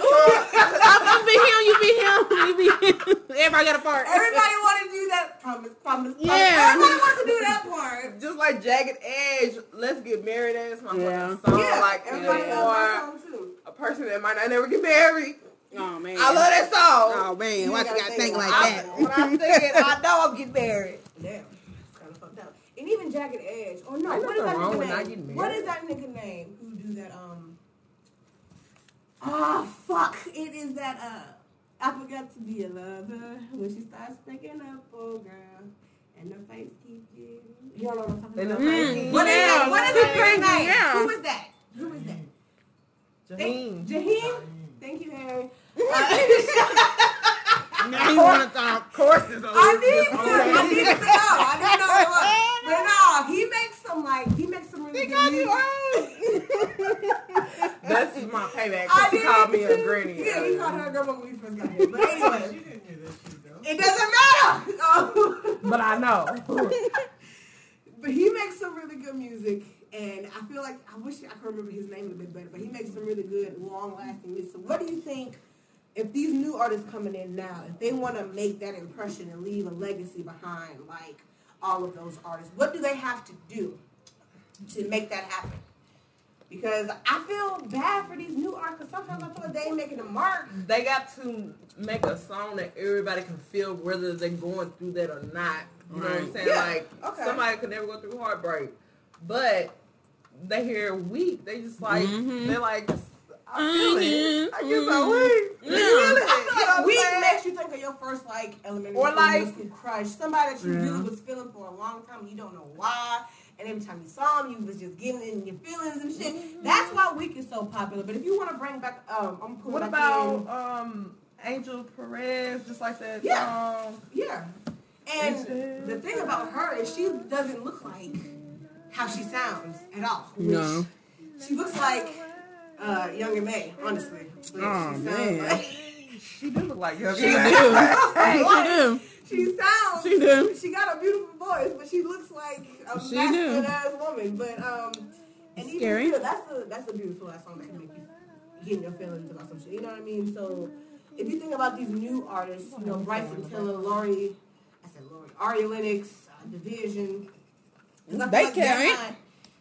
<laughs> song. I'm be him, you be him, <laughs> you be him. Everybody got a part. Everybody want to do that. Promise, promise, promise. Yeah. Everybody wants to do that part. Just like Jagged Edge, Let's Get Married as my Yeah. fucking song. yeah, Like, everybody or loves that song too. a person that might not never get married. Oh man. I love that song. Oh man, You why you gotta gotta say think it. like I- that? When I'm singing, I know I'm getting married. Damn, it's kind of fucked up. And even Jagged Edge. Or no, Ain't what is nothing that wrong nigga with not name? getting What married. is that nigga name who do that? Um. Ah, fuck! It is that. Uh, I forgot to be a lover when she starts picking up, oh girl, and the face keep getting. You don't know what I'm talking And the about. face Mm. keep- What is Yeah, it? What is it? Her yeah, name? yeah. Who is that? Who is that? Jaheen. Jaheim. Thank you, <laughs> Harry. Uh, <laughs> Now you wanna talk. Of course, it's over. I need It's to, over. I need to know. I need to know <laughs> what. <laughs> But no, he makes some like he makes some really good music. That's my payback. 'cause <laughs> I She called me a too. granny. Yeah, he called her a grandma when we first got here. But anyway, didn't hear that shit though. it doesn't matter. <laughs> Um, But I <laughs> know. but he makes some really good music, and I feel like I wish I could remember his name a bit better. But he makes some really good, long-lasting music. So, what do you think? If these new artists coming in now, if they want to make that impression and leave a legacy behind, like all of those artists, what do they have to do to make that happen? Because I feel bad for these new artists. 'cause Sometimes I feel like they ain't making a mark. they got to make a song that everybody can feel whether they're going through that or not. You know what I'm Right. saying? Yeah, Like okay. somebody could never go through heartbreak, but they hear weak. They just like Mhm. they're like, I feel it. I guess Mhm. I weak. Yeah. I feel it. I feel You know what like I'm Mm-hmm. weak saying? makes you think of your first like elementary Or school, like- middle school crush, somebody that you Yeah. really was feeling for a long time. You don't know why, and every time you saw them, you was just getting in your feelings and shit. Mm-hmm. That's why weak is so popular. But if you want to bring back, um, I'm pulling What back about um Angel Perez? Just like that Yeah. song. in. yeah. And the thing about her is she doesn't look like how she sounds at all. which <laughs> No. she looks like uh, Younger May, honestly. But she Aw, sounds man. like- She do look like her. She do. <laughs> She Oh. do. She sounds. She do. She got a beautiful voice, but she looks like a She do. masculine ass woman. But um, and even Scary. still, that's a that's a beautiful ass song that can make you get in your feelings about some shit. You know what I mean? So if you think about these new artists, you know Bryson Tiller, Lori, I said Lori, Aria Lennox, uh, Division. 'cause I feel They like they're can't. not-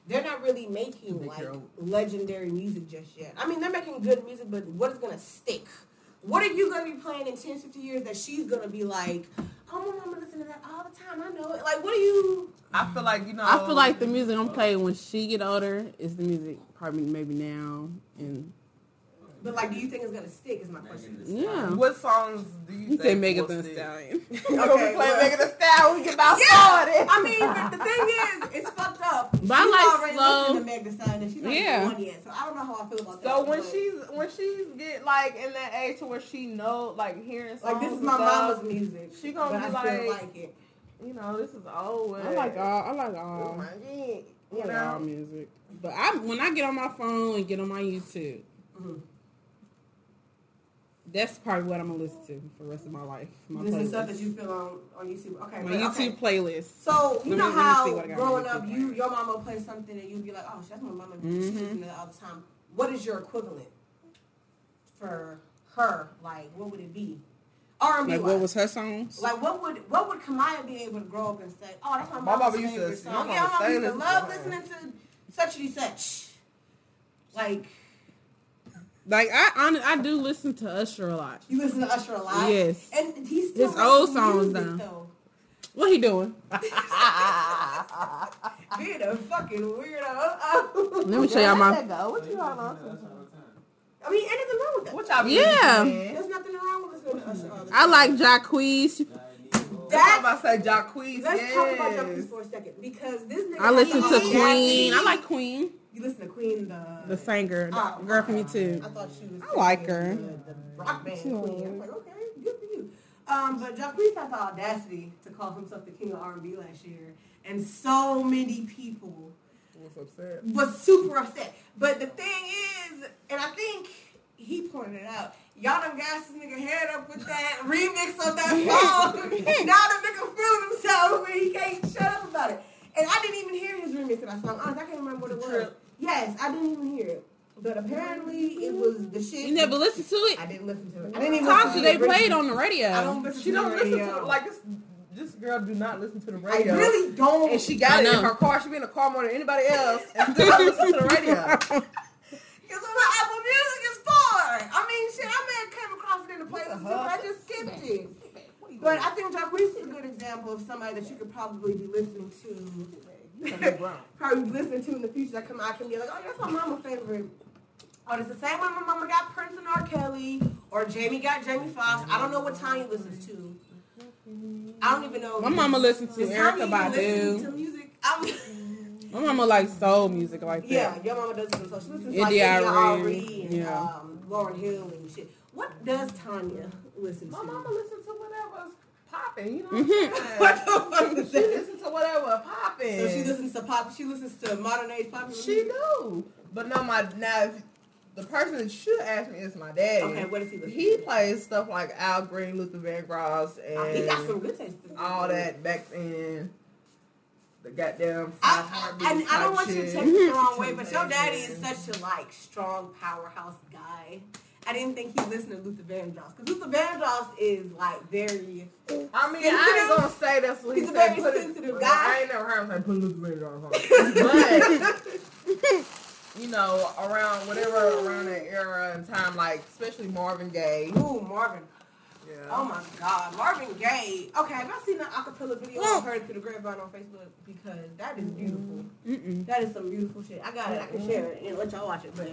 They're not really making They like can't. legendary music just yet. I mean, they're making good music, but what is gonna stick? What are you gonna be playing in 10, 50 years that she's gonna be like, oh, my mama listen to that all the time. I know it. Like, what are you? I feel like you know. I feel like the music I'm playing when she get older is the music probably maybe now and But like, do you think it's gonna stick? Is my question. yeah. What songs do you You think say Megan will Thee stick? <laughs> Stallion. Okay, play Okay, well. Megan Thee Stallion. We get about Yeah, started. I <laughs> mean, but the thing is, it's fucked up. But I like already slow- listening to Meg Thee Stallion, and she's not Yeah. yeah. one yet, so I don't know how I feel about that. So when but- she's when she's get like in that age to where she know like hearing songs like, this is and my stuff, mama's music. she gonna but be I still like- like it. You know this is old. I like all I like Oh all my god. I like <laughs> all music. But I when I get on my phone and get on my YouTube, Mhm. that's probably what I'm gonna listen to for the rest of my life. My This playlist. is stuff that you feel on on YouTube. Okay, my but, okay. YouTube playlist. So you know Let me- let me how see what I got on growing YouTube up, right you now. your mama would play something and you'd be like, "Oh, that's my mama. She Mhm. listens to that all the time." What is your equivalent for her? Like, what would it be? R and B. Like what was her songs? Like, what would what would Kamaya be able to grow up and say? Oh, that's my My mama's mama used to- favorite my song. mama yeah, my mama sang used to this love to her. listening to such and such. Like, Like I hon- I do listen to Usher a lot. you listen to Usher a lot. Yes. and he's still His old making songs, music, though. though. What he doing? Being a fucking weirdo. <laughs> Let me show y'all my What you all I mean, anything wrong with that? What y'all? Yeah. There's nothing wrong with listening to Usher. all the I time. like Jacquees. That. I'm that. about to say Jacquees. Let's yes. talk about Jeffries for a second because this nigga. I listen to Oh, yeah. Queen. I like Queen, You listen to Queen, the the singer, Oh. the girl from I YouTube. thought she was. I like her. The, the rock band Queen. I'm like, okay, good for you. Um, but Jacquees had the audacity to call himself the king of R&B last year, and so many people What's upset? was super upset. But the thing is, and I think he pointed it out, y'all done gas this nigga head up with that remix of that song. now the nigga feeling himself and he can't shut up about it. And I didn't even hear his listening to that song. Honestly, I can't remember what it was. Yes, I didn't even hear it. But apparently it was the shit. You never listened to it? I didn't listen to it. I didn't even Tasha, listen to they it played on the radio. I don't listen She to don't the listen to radio. like this. This girl do not listen to the I radio. really don't. And she got I it in know. her car. She be in the car more than anybody else. <laughs> And still don't listen to the <laughs> radio. Because what my Apple Music is for. I mean, shit, I may have came across it in the playlist, but I just skipped it. But I think Jacquees is a good example of somebody that you could probably be listening to. <laughs> probably listen to in the future that come out and be like, oh, that's my mama favorite. Or it's the same way my mama got Prince and R. Kelly, or Jamie got Jamie Foxx. I don't know what Tanya listens to. I don't even know. My mama listened to Does Erica Tanya even listen Badu. To music? I'm, My mama likes soul music like that. <laughs> Yeah, your mama does listen. So she listens to like India India Irene, Ari and yeah. um, Lauren Hill and shit. What does Tanya listen to? My <laughs> mama listened to whatever's popping. You know Mm-hmm. what I'm saying? she listened to whatever popping. so she listens to pop. She listens to modern age pop. She do. But no, my now if, the person that should ask me is my daddy. Okay, what does he listen He to? plays stuff like Al Green, Luther Vandross, Oh, he got some and good taste. in all that back in the goddamn. Five I, I, and Heartbeats I don't type want you to shit. take it the wrong way, but your Amazing. daddy is such a like strong powerhouse guy. I didn't think he listened to Luther Vandross because Luther Vandross is like very. I mean, I ain't gonna say that's what he He's a said. very put it- sensitive well, guy. I ain't never heard him say put Luther Vandross <laughs> on. But you know, around whatever around that era and time, like especially Marvin Gaye. Ooh, Marvin. Yeah. Oh my God, Marvin Gaye. Okay, have y'all seen that acapella video I heard through the grapevine on Facebook? Because that is beautiful. Mm-mm. That is some beautiful shit. I got it. I can share it and let y'all watch it. But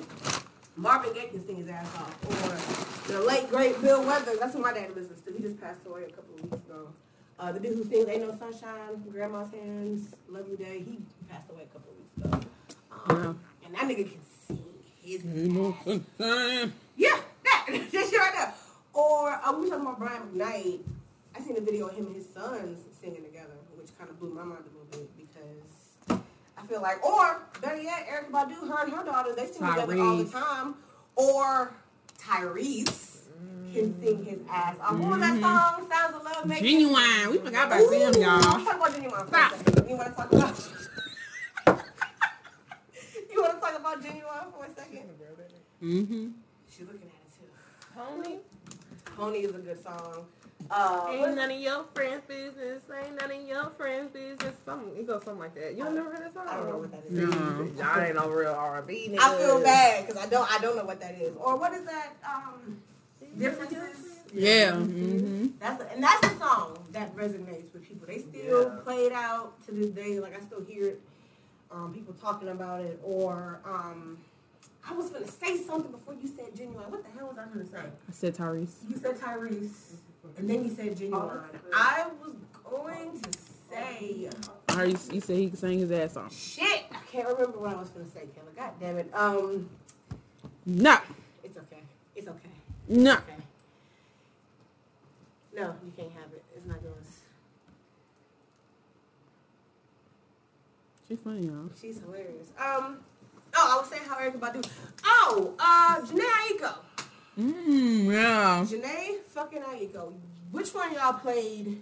Marvin Gaye can sing his ass off. Or the late great Bill Weathers. That's who my dad listens to. He just passed away a couple of weeks ago. Uh, the dude who sings "Ain't No Sunshine," "Grandma's Hands," "Love You Day." He passed away a couple of weeks ago. Um, And that nigga can sing his Ain't no fun time. yeah, that. <laughs> that shit right there. Or uh, we talking about Brian McKnight. I seen a video of him and his sons singing together, which kind of blew my mind a little bit because I feel like, or better yet, Erica Badu, her and her daughters, they sing together all the Tyrese. time. Or Tyrese can sing his ass off. What was that song? Sounds of Love Making. Genuine. We forgot Ooh, about them, Let's y'all. talk about genuine. for a second. You want to talk about? <laughs> you want to talk about genuine for a second? Mm-hmm. She's looking at it too. Homie, Honey is a good song. Uh, ain't what- none of your friends' business. Ain't none of your friends' business. Some, it goes something like that. You don't never heard that song? I don't know what that is. No. Y'all ain't no real R&B. Mm-hmm. I feel niggas. bad because I don't I don't know what that is. Or what is that? Um, differences. Yeah. Mm-hmm. That's a, and that's a song that resonates with people. They still Yeah. play it out to this day. Like I still hear it. Um, people talking about it. Or um, I was gonna say something before you said genuine. What the hell was I gonna say? I said Tyrese. You said Tyrese, Oh, and then you said genuine. I was going to say. Or you, you said he could sing his ass off. Shit, I can't remember what I was gonna say, Kayla. God damn it. Um, No. it's okay. It's okay. No. Okay. No, you can't have it. It's not yours. She funny, y'all. She's hilarious. Um, oh, I was saying how Erica Badu. Oh, uh, Janae Aiko. Mm, yeah. Janae fucking Aiko. Which one y'all played?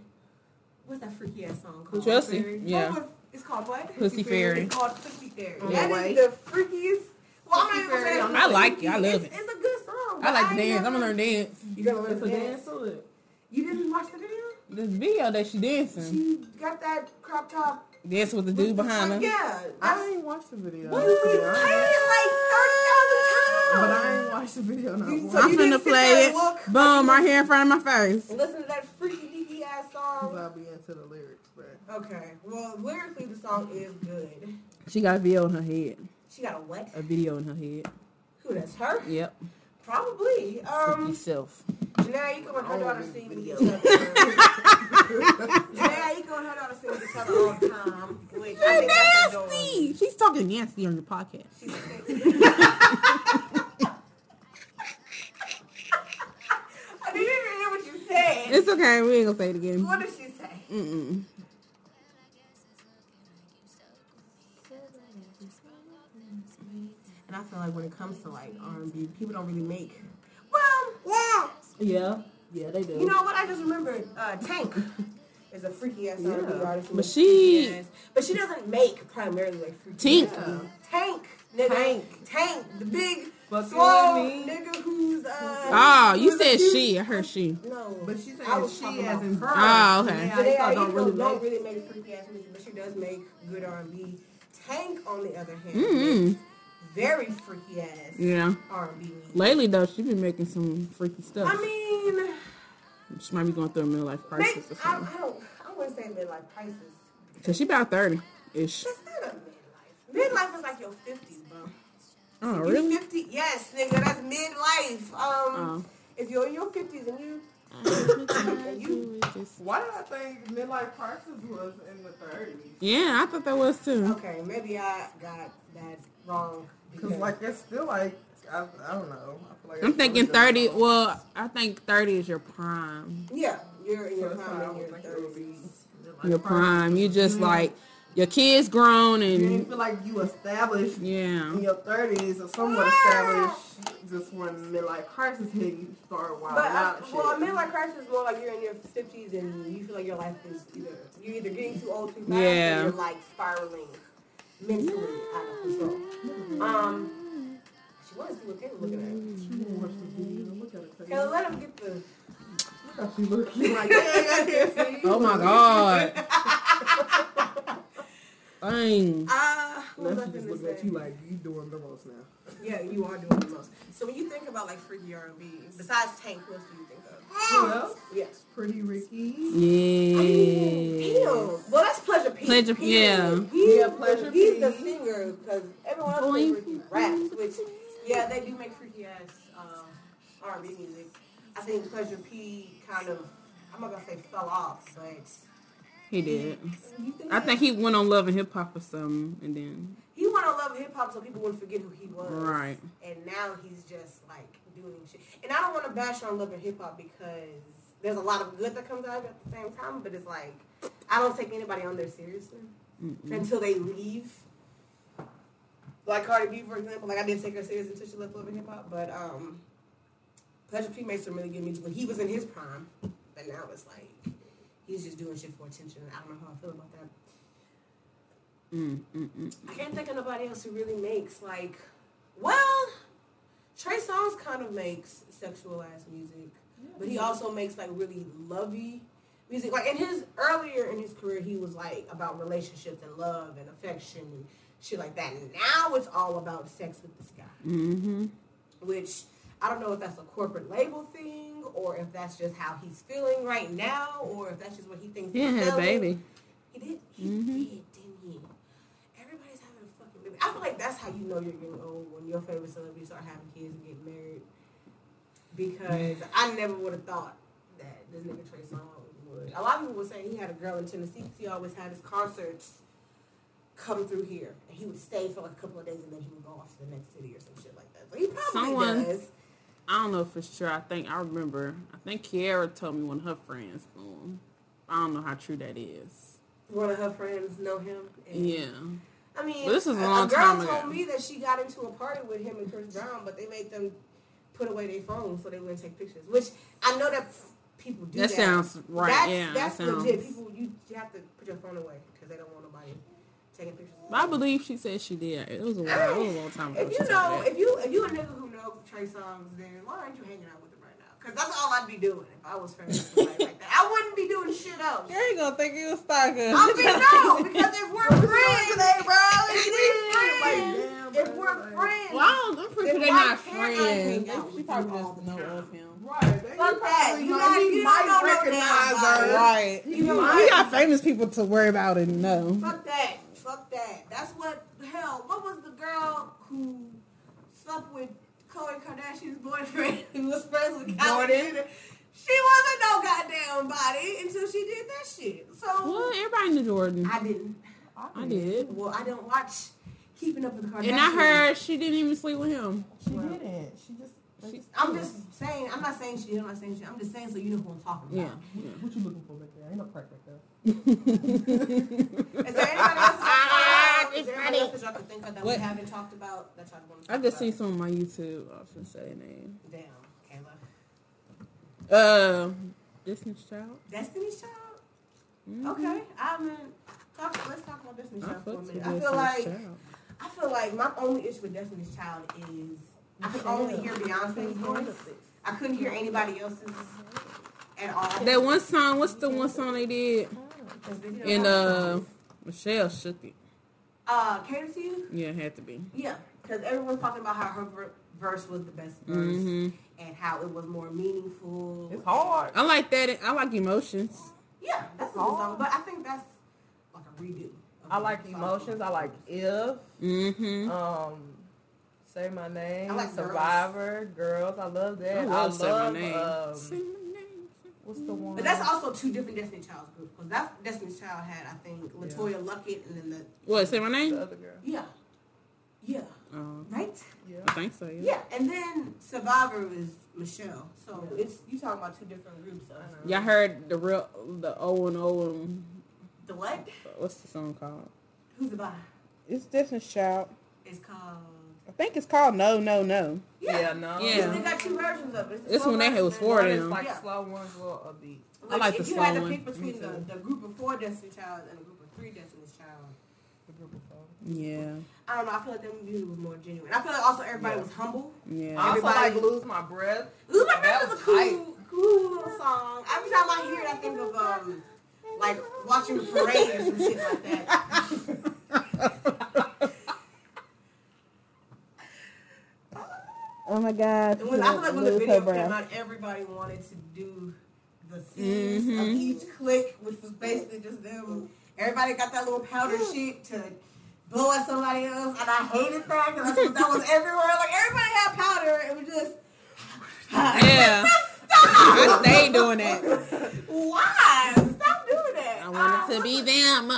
What's that freaky ass song called? Pussy, Fairy? yeah. What was, it's called what? Pussy Fairy. It's called Pussy Fairy. On That the is way. the freakiest. Well, I'm not even gonna Fairy say on the it's I like it. I love It's, it's a good song. I like but to dance. never- I'm gonna learn dance. You gonna learn It's to a dance dance? to it. You didn't watch the video? This video that she dancing, She got that crop top. dance with the dude behind her. Yeah. I That's, ain't watched the video. what? You played it like 30,000 times. But I ain't watched the video no You- more. so I'm you didn't sit finna play there and it. look, Boom, right here in front of my face. Listen to that freaky deaky ass Because song. I'll be into the lyrics, but Okay. Well, lyrically, the song is good. She got a video in her head. She got a what? A video in her head. Who, that's her? Yep. Probably. Um, Yourself. Janae Aiko and her daughter sing with each <laughs> other. Janae Aiko and her daughter sing with each other all the time. Which I think that's adorable. Nasty. She's talking nasty on your podcast. She's I didn't even hear what you said. It's okay. We ain't gonna say it again. what did she say? Mm-mm. And I feel like when it comes to like R&B, people don't really make. Well, yeah. Yeah. Yeah, they do. You know what? I just remembered uh, Tank. is a freaky ass R&B Yeah. artist. who But makes she- freaky ass- but she doesn't make primarily like freaky. Tink. ass. Tank, nigga, Tank. Tank, the big Fucking swole with me. nigga who's uh. Oh, you who's a said huge- she. I heard she. No, But she's I was saying talking she as about in her. Ah, okay. Yeah, Today, I I don't really don't make. really make freaky ass music, but she does make good R&B. Tank, on the other hand, Mm-hmm. Mm-mm. makes very freaky ass Yeah. R&B. music. Lately though, she been making some freaky stuff. I mean, she might be going through a midlife crisis or make, I, something. I don't. I wouldn't say midlife crisis. Cause she about thirty ish. That's not a midlife. Midlife is like your fifties, bro. Oh You really? Fifty? Yes, nigga. That's midlife. Um, Oh. if you're in your fifties and you, you- Why did I think midlife crisis was in the 30s? Yeah, I thought that was too. okay, maybe I got that wrong. Because, like, it's still like, I, I don't know. I feel like I'm it's thinking really thirty. difficult. Well, I think thirty is your prime. yeah, you're in So your that's why I prime and would your think it would thirties. be midlife Your prime. You just Mhm. like your kids grown You didn't and feel like you established yeah. <laughs> in your 30s or somewhat established just when midlife crisis hit, you start wilding But I, out and well, a shit. midlife crisis is more like you're in your fifties and you feel like your life is either you're either getting too old too fast Yeah. or you're like spiraling mentally out of control. Um, she wants to see what Kayla looking She didn't watch the video. Look at it. at. Kayla, let him get the. Look how she looks. She's Mm. <laughs> like, yeah, yeah, <laughs> yeah, see? Oh my god. Dang. Ah, uh, Now she just looking at you like, you doing the most now. yeah, you are doing the most. So when you think about like freaky R and B, besides Tank, what else do you think of? Who else? Yes. Pretty Ricky. Yeah. Ew. Well, that's Pleasure P. Pleasure P, P. yeah. He's, Yeah, the- Pleasure he's P. the singer because everyone else Boing. is freaky raps, which, yeah, they do make freaky ass um, R&B music. I think Pleasure P kind of, I'm not going to say fell off, but He did. you think I think he went on Love and Hip Hop or something, and then he wanted to love hip hop so people wouldn't forget who he was. right. and now he's just like doing shit. And I don't want to bash on love and hip hop because there's a lot of good that comes out at the same time, but it's like I don't take anybody on there seriously until they leave. Like Cardi B, for example, like I didn't take her serious until she left love and hip hop, but um, Pleasure P made some really good music when he was in his prime, but now it's like he's just doing shit for attention. and I don't know how I feel about that. Mm, mm, mm. I can't think of nobody else who really makes like. Well, Trey Songz kind of makes sexualized music, but he also makes like really lovey music. Like in his earlier in his career, he was like about relationships and love and affection and shit like that. Now it's all about sex with this guy, Mm-hmm. which I don't know if that's a corporate label thing or if that's just how he's feeling right now or if that's just what he thinks. He done he's had a feeling. baby. He did. He Mhm. did, didn't he? Everybody's having a fucking baby. I feel like that's how you know you're getting old when your favorite celebrities start having kids and getting married. Because I never would have thought that this nigga Trey Songz would. A lot of people were saying he had a girl in Tennessee. 'cause He always had his concerts come through here, and he would stay for like a couple of days, and then he would go off to the next city or some shit like that. So he probably Someone- does. I don't know for sure. I think I remember. I think Kiara told me one of her friends knew him. I don't know how true that is. One of her friends know him. and- Yeah. I mean, Well, this is a a, a long girl time told ago. me that she got into a party with him and Chris Brown, but they made them put away their phones so they wouldn't take pictures. Which I know that people do. That That, sounds right. That's, yeah. that's that sounds, legit. People, you, you have to put your phone away because they don't want nobody taking pictures. I believe she said she did. It was a while. It was a long time ago. If she you told know, me that. if you if you a nigga who knows Trey Songz, then why aren't you hanging out with him right now? Because that's all I'd be doing if I was friends with somebody like that. I wouldn't be doing shit else. Girl, you gonna think you was stalking. <laughs> I'll be no because if we're friends, Like, if damn, we're friends, if bro, we're like- friends, well, I don't, I'm pretty sure Then they're why not can't I friends. hang out She with probably you all just the know time? of him. Right. they Fuck that. You probably not- might- you might don't know no recognize damn her. Right. You know We what? got famous people to worry about and know. Fuck that. Fuck that. That's what hell. What was the girl who slept with Khloe Kardashian's boyfriend <laughs> who was friends with Kylie Jordan? Jenner? She wasn't no goddamn body until she did that shit. So Well, everybody knew Jordan. I didn't. I did. Well, I don't watch Keeping Up with the Kardashians. And I heard she didn't even sleep with him. She didn't. She just. She, I'm just saying. I'm not saying she. did, I'm not saying she. I'm just saying so you know who I'm talking <laughs> yeah. about. yeah. What you looking for back there? Ain't no crack back there. Is there anybody else? <laughs> that- Is there anybody else that y'all can think of that What? we haven't talked about that y'all want to? I just seen some of my YouTube. I was gonna say a name. Damn, Kayla. Uh, Destiny's Child. Destiny's Child? Okay, I mean, talk, let's talk about Destiny's Mm-hmm. I Child for a fucks minute. with I feel Destiny's like Child. I feel like my only issue with Destiny's Child is I could only hear Beyonce's voice. I couldn't hear anybody else's at all. That one song, what's the one song they did? And uh, Michelle shook it. uh, cater to you. Yeah, it had to be. Yeah, because everyone's talking about how her ver- verse was the best verse Mm-hmm. hmm and how it was more meaningful. It's hard. I like that. I like emotions. Yeah, that's a good song, but I think that's like a redo. of I the like song. emotions. I like if. Mm-hmm. Um, say my name. I like Survivor. Girls. I love that. I love say my name. Say Um, my name. what's the one? But that's also two different Destiny Child's groups because that's Destiny's Child had I think Latoya Luckett and then the What? Say my the name. other girl. yeah, yeah, Oh, right, Yeah. I think so. Yeah. yeah, and then Survivor was Michelle. So it's you talking about two different groups of Y'all heard the real, the O and O and the what? what's the song called? Who's the by? It's Destiny's Child. It's called I think it's called No, No, No. Yeah. yeah. no. Yeah. They got two versions of it. It's when they had was four One of is them. like Yeah. slow, one's a little upbeat. I like if the you had slow to one. pick between Me the, too. the group of four Destiny Child and the group of three Destiny's Child, The group of four. Yeah, I don't know. I feel like that music was more genuine. I feel like also everybody Yeah. was humble. I yeah. also Everybody- like lose my <laughs> breath. Ooh, my That that was a was cool, tight. cool little song. Every time I hear it, I think of um, like watching the parade or some shit like <laughs> that. Oh my God. And when I feel like when the video came out, everybody wanted to do the scenes of Mhm. each click, which was basically just them. Everybody got that little powder shit to blow at somebody else, and I hated that because that, that was everywhere. Like everybody had powder, and we just. Yeah, I stay doing that. <laughs> Why? Stop doing that. Ah, I wanted to be them.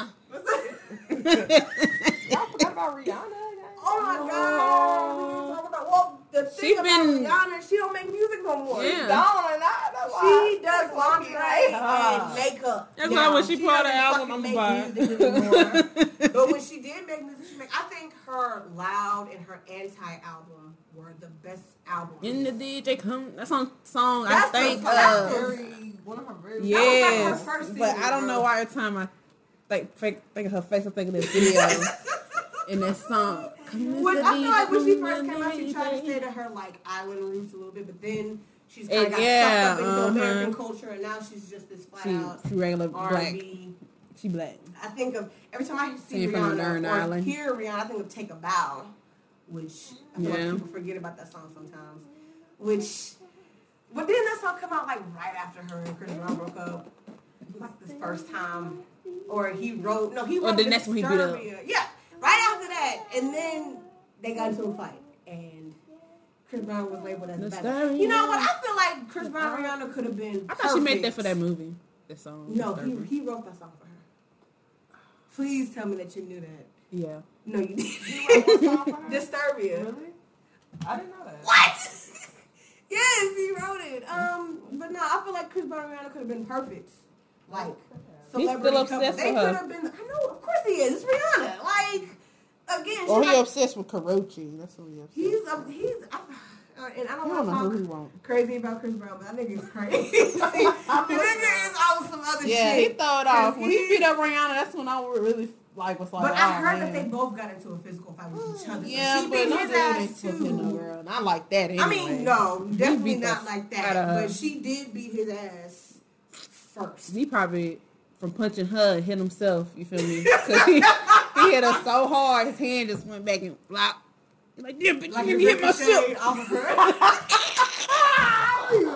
<laughs> <laughs> Y'all forgot about Rihanna. Oh my god! We didn't talk about well, the thing She about been- Rihanna, she don't make music no more. Yeah. Gone and I. That's why. She does lingerie and makeup. That's now. why when she put out doesn't the album, fucking I'm make buying. music <laughs> anymore. but when she did make music, she make. I think her loud and her anti album were the best albums. In the DJ come. That's on song That's the I think song. of. Very, one of her very. was like her Yes, first but single, I don't know bro. why every time I think think, think of her face, I think of <laughs> this video and that song. When, I feel like when she first came out, she tried to say to her like island roots a little bit, but then she's kind And of got yeah, sucked up into uh-huh. American culture, and now she's just this flat out she, she regular black. R&B. She black. I think of every time I see Sing it from Rihanna Northern or Ireland. hear Rihanna, I think of "Take a Bow," which I feel Yeah. like people forget about that song sometimes. Which, but then that song come out like right after her and Chris Brown broke up, like this first time, or he wrote no, he Or wrote the next one he beat up. Disturbia. Yeah, right after that, and then they got into a fight and. Chris Brown was labeled as a bad. You know what? I feel like Chris Brown and Rihanna could have been. I thought she made that for perfect. that movie. That song. No, he, Disturbing. he wrote that song for her. Please tell me that you knew that. yeah. No, you Wrote didn't. one <laughs> song for her? Disturbia. Really? I didn't know that. What? <laughs> yes, he wrote it. Um, but no, I feel like Chris Brown and Rihanna could have been perfect. Like He's celebrity still couple. obsessed They with could her. have been. I know, of course he is. It's Rihanna. Like again, she's Or Oh, he Oh, like, obsessed with Karochi. That's what he obsessed he's a, he's. I, uh, and I <sighs> I don't don't know want who to he talk wants. crazy about Chris Brown, but I think it's crazy. <laughs> like, the nigga is on some other Yeah, shit. he throw it off. Cause When he he- beat up Rihanna, that's when I really like was like. But I "Oh, heard man." that they both got into a physical fight with each other. Yeah, she but beat no his dude ain't ass flipping no too. girl. And I like that anyway. I mean, no, He definitely beat the not like out that. of her. But she did beat his ass first. He probably from punching her hit himself. You feel me? 'Cause he, he hit her so hard, his hand just went back and flop. Like damn, bitch, Like you it made me hit myself. ricocheted off of <laughs> her.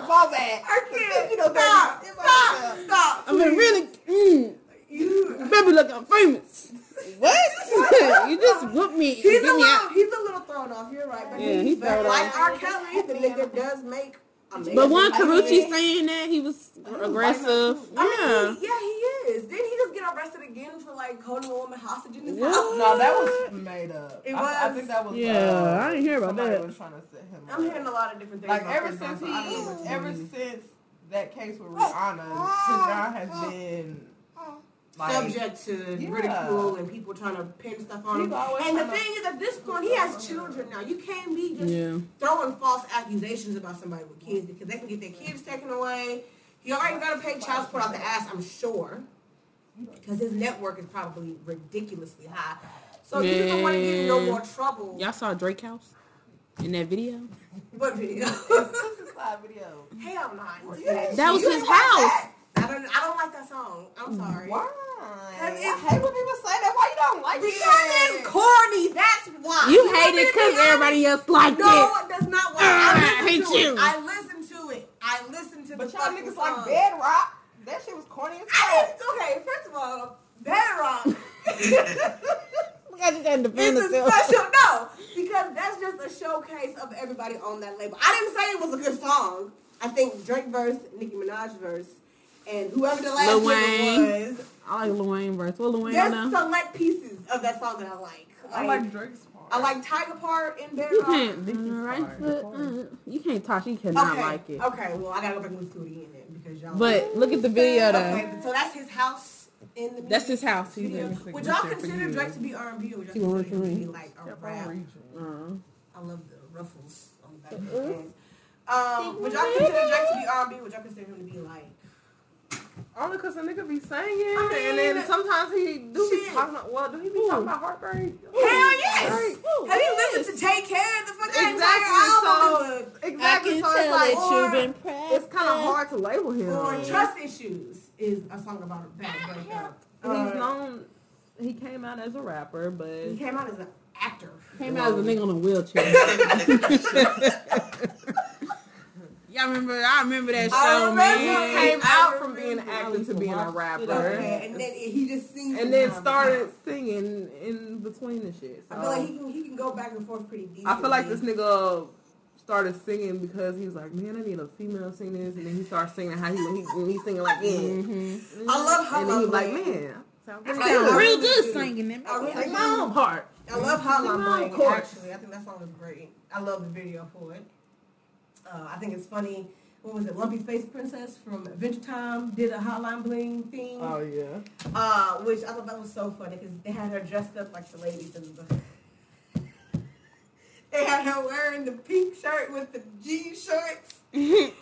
My bad. Her kid. Stop. Stop. Stop. I'm gonna really, mm, You. baby, look, I'm famous. What? <laughs> you just whooped me. He's Get a me little. out. He's a little thrown off. You're right. But, Yeah, he, he's but thrown like off. R. Kelly, the nigga does make. amazing But one money. Karuchi saying that he was aggressive. I Yeah. mean, he- yeah, he is. Didn't he just get arrested again for like holding a woman hostage in his What? house? No, that was made up. It I, I was? think that was. Yeah, uh, I didn't hear about somebody that. was trying to set him I'm up. hearing a lot of different things. like about ever Chris Brown, since so I don't know what he, to ever do. since that case with Rihanna, Chris Brown has been like. subject to Yeah. ridicule and people trying to pin stuff on He's him. always And the tryna- <laughs> thing is, at this point, he has children now. You can't be just Yeah. throwing false accusations about somebody with kids because they can get their kids taken away. He already got to pay child support out the ass, I'm sure. because his network is probably ridiculously high. So you don't want to give him no Yeah. more trouble. Y'all saw Drake House in that video? What <laughs> <laughs> video? Slide video. Hell no. I didn't see That was You his didn't like house. that. Mm. I don't. I don't like that song. I'm sorry. Why? Cause it- I hate when people say that. Why you don't like Because it? it's corny. That's why. You want hate me it to because be everybody else liked No, it. it does not work. Ah, I I listen to hate it. you. I listen to it. I listen to But the y'all fucking niggas like song. Bed Rock. That shit was corny as I fuck. didn't, okay, first of all, <laughs> Bedrock I just had to defend is a myself. special no because that's just a showcase of everybody on that label. I didn't say it was a good song. I think Drake verse, Nicki Minaj verse, and whoever the last Lil nigga Wayne. was. I like Lil Wayne verse. What Lil Wayne There's on now? select pieces of that song that I like. <laughs> I like Drake's part. I like Tiger part in You Bedrock. can't. Nicki's Right fire. foot, uh, you can't talk. You cannot okay. like it. Okay, well I gotta go back and listen to it again then because y'all. But look at the video though. okay, so that's his house in the. That's his house. He's studio. in. Would y'all consider Drake to be R&B or would He y'all works consider him to for be me. like a Yeah, rap? from Uh, region. Uh-huh. I love the ruffles on the back of his head. Um, would y'all consider Drake to be R&B? Would y'all consider him to be like? Only because a nigga be singing, mean, and then sometimes he do shit. be talking. About, well, do he be talking about heartbreak? Hell yes! Right. Have you listened to Take Care? The fucking Exactly, entire album Exactly. So it's that like you- or- pressed. it's kind of hard to label him. is on Trust Issues is a song about a bad breakup. And He's Uh, known. He came out as a rapper, but He came out as an actor. Came out as a nigga on a wheelchair. <laughs> Y'all remember? I remember that show, I remember man. him. came I out from being remember. an actor to being a rapper, Okay, and then he just sings. and then sometimes. started singing in between the shit. So I feel like he can he can go back and forth pretty deep. I feel like this nigga started singing because he was like, man, I need a female sing this, and then he started singing how he when he, when he singing like, "Mm." yeah. Mm-hmm. Mm-hmm. I love And then he Hotline was like, Bling. man, sound pretty I good. Sound love real it. good singing that. I really Like do. my own part. I love Come on, Hotline of Bling. course. Actually, I think that song is great. I love the video for it. Uh, I think it's funny. What was it? Lumpy Space Princess from Adventure Time did a Hotline Bling thing, Oh, yeah. uh, which I thought that was so funny because they had her dressed up like the ladies in the. <laughs> they had her wearing the pink shirt with the jean <laughs> shorts. And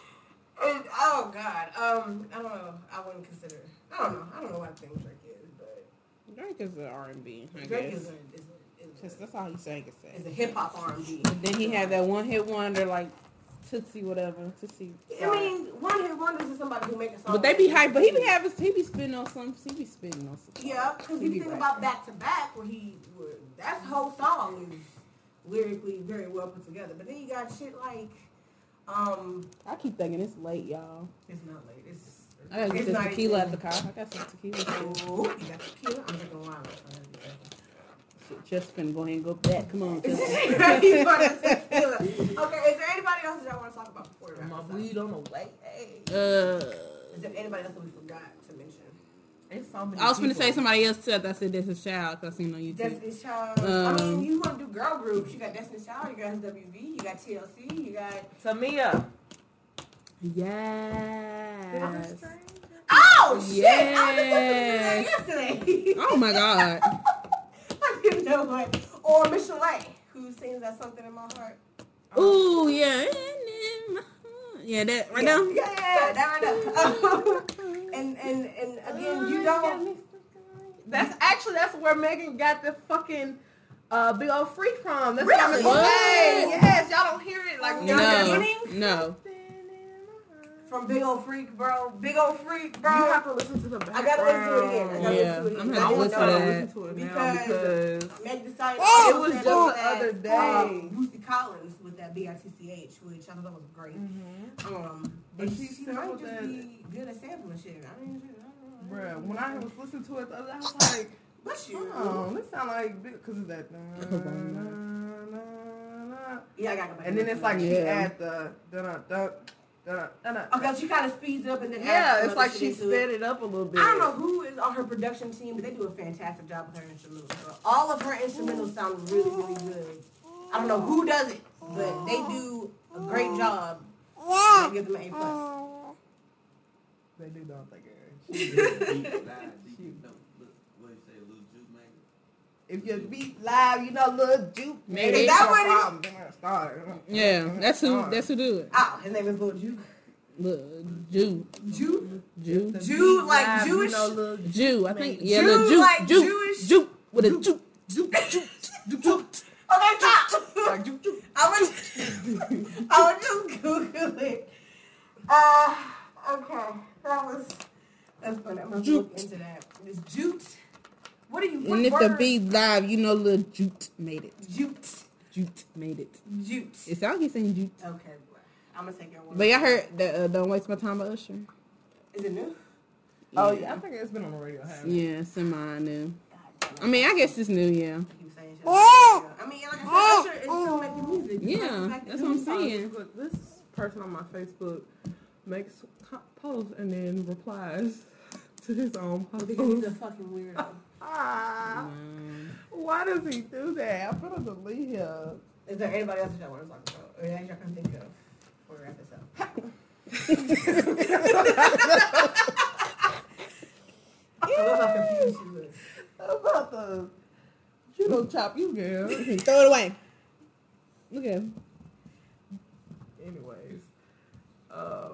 oh god, um, I don't know. I wouldn't consider. I don't know. I don't know what I think Drake is, but Drake is an R and B. Drake is a is a, Cause is that's all he sang is a, is a that. hip hop R and B. Then he had that one hit wonder like Tootsie whatever Tootsie. I mean, one hit wonders is somebody who make a song. but they be hype. But he be having he be spitting on some. He be spitting on some. Yeah, because He you be think rapping. about back to back, where he where that whole song is lyrically very well put together. But then you got shit like, um, I keep thinking it's late, y'all. it's not late. It's I gotta get it's this not tequila at even- the car. I got some tequila. too. Oh, you got tequila. I'm drinking wine. <laughs> Shit, just been go ahead and go back. Come on, Is Justin. there anybody else that y'all want to talk about before we wrap My this up? weed on the way. Uh. Is there anybody else that we forgot to mention? It's so many I was gonna people. say somebody else said I said there's a child because I seen on YouTube. Destiny's Child. I mean, Um, you want to do girl groups? You got Destiny's Child. You got SWV. You got TLC. You got Tamia. Yes. Oh shit! I Yes. was listening to that yesterday. <laughs> Oh my god. I didn't know what. Or Michelle, who sings that something in my heart. Ooh yeah. Yeah, that right yeah. now. Yeah, yeah, yeah, that right now. Um, <laughs> and and and again, you don't. That's actually that's where Megan got the fucking uh, big old freak from. That's Really? what I'm saying. What? Yes, y'all don't hear it like y'all No. hear it. No. From Big Old Freak, bro. Big Old Freak, bro. You have to listen to the I background. gotta listen to it again. I gotta Yeah, listen to it I'm again. gonna I I have was to didn't trying to know. listen that. listen to it now Because- because Meg decided. Oh, she it was said just the other that, day. um, Bootsy Collins with that B-I-T-C-H, which I thought that was great. Um, But and she she said might just that- be good at sampling shit. I mean, I don't know. Bruh, when I was listening to it the other day, I was like, Bless you. oh, this sound like big because it's that. na, na, na, na. Yeah, I gotta go back And then to it's that. like she Yeah. add the dun dun dun dun Okay, she kind of speeds up and then adds Yeah, some it's other like shit she into it. sped it up a little bit. I don't know who is on her production team, but they do a fantastic job with her instrumentals. All of her instrumentals sound really, really good. I don't know who does it, but they do a great job. I give them an A plus. <laughs> They do don't think it. If you beat live, you know little juke. Maybe. That's That your one is- problem. Then I started. Yeah, that's who that's who do it. Oh, his name is Lil Juke. Look, Jew, Jew, Jew, Jew, like Live, you Jewish. know, little Jew. I think Man. yeah, Jew, look, Jew, like Jew, Jewish- Jew with a Jew. Okay, <laughs> stop. I <laughs> was, I was just googling. Uh, okay, that was that's funny. I'm gonna look into that. This jute. What do you? What And if word? the beat live, you know, little Jute made it. jute, Jute made it. jute. It sounds like you saying Jute. Okay, I'm gonna take your word. But y'all heard that uh, "Don't Waste My Time" by Usher. Is it new? Oh yeah, I think it's been on the radio. hasn't it? Yeah, semi God new. damn it. I mean, I guess it's new. Yeah, Keep saying shit. I mean, like I said, Usher is still making music. Like, the Oh! yeah, fact that's that what I'm he- saying. Look, this person on my Facebook makes co- posts and then replies to his own Because he's post. a fucking weirdo. Ah, Um, why does he do that? I'm gonna delete him. Is there anybody else that y'all want to talk about? Or that y'all can think of before we wrap this up? <laughs> I'm about to confuse you with- About the judo chop you girl. Throw it away. Look at him. Anyways, uh,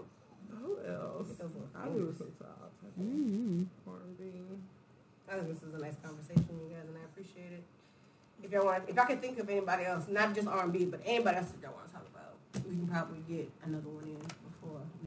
who else? I do some top. Mm-hmm. Quarantine. I think this was a nice conversation, you guys, and I appreciate it. If y'all want, if y'all can think of anybody else, not just R and B, but anybody else that y'all want to talk about, we can probably get another one in before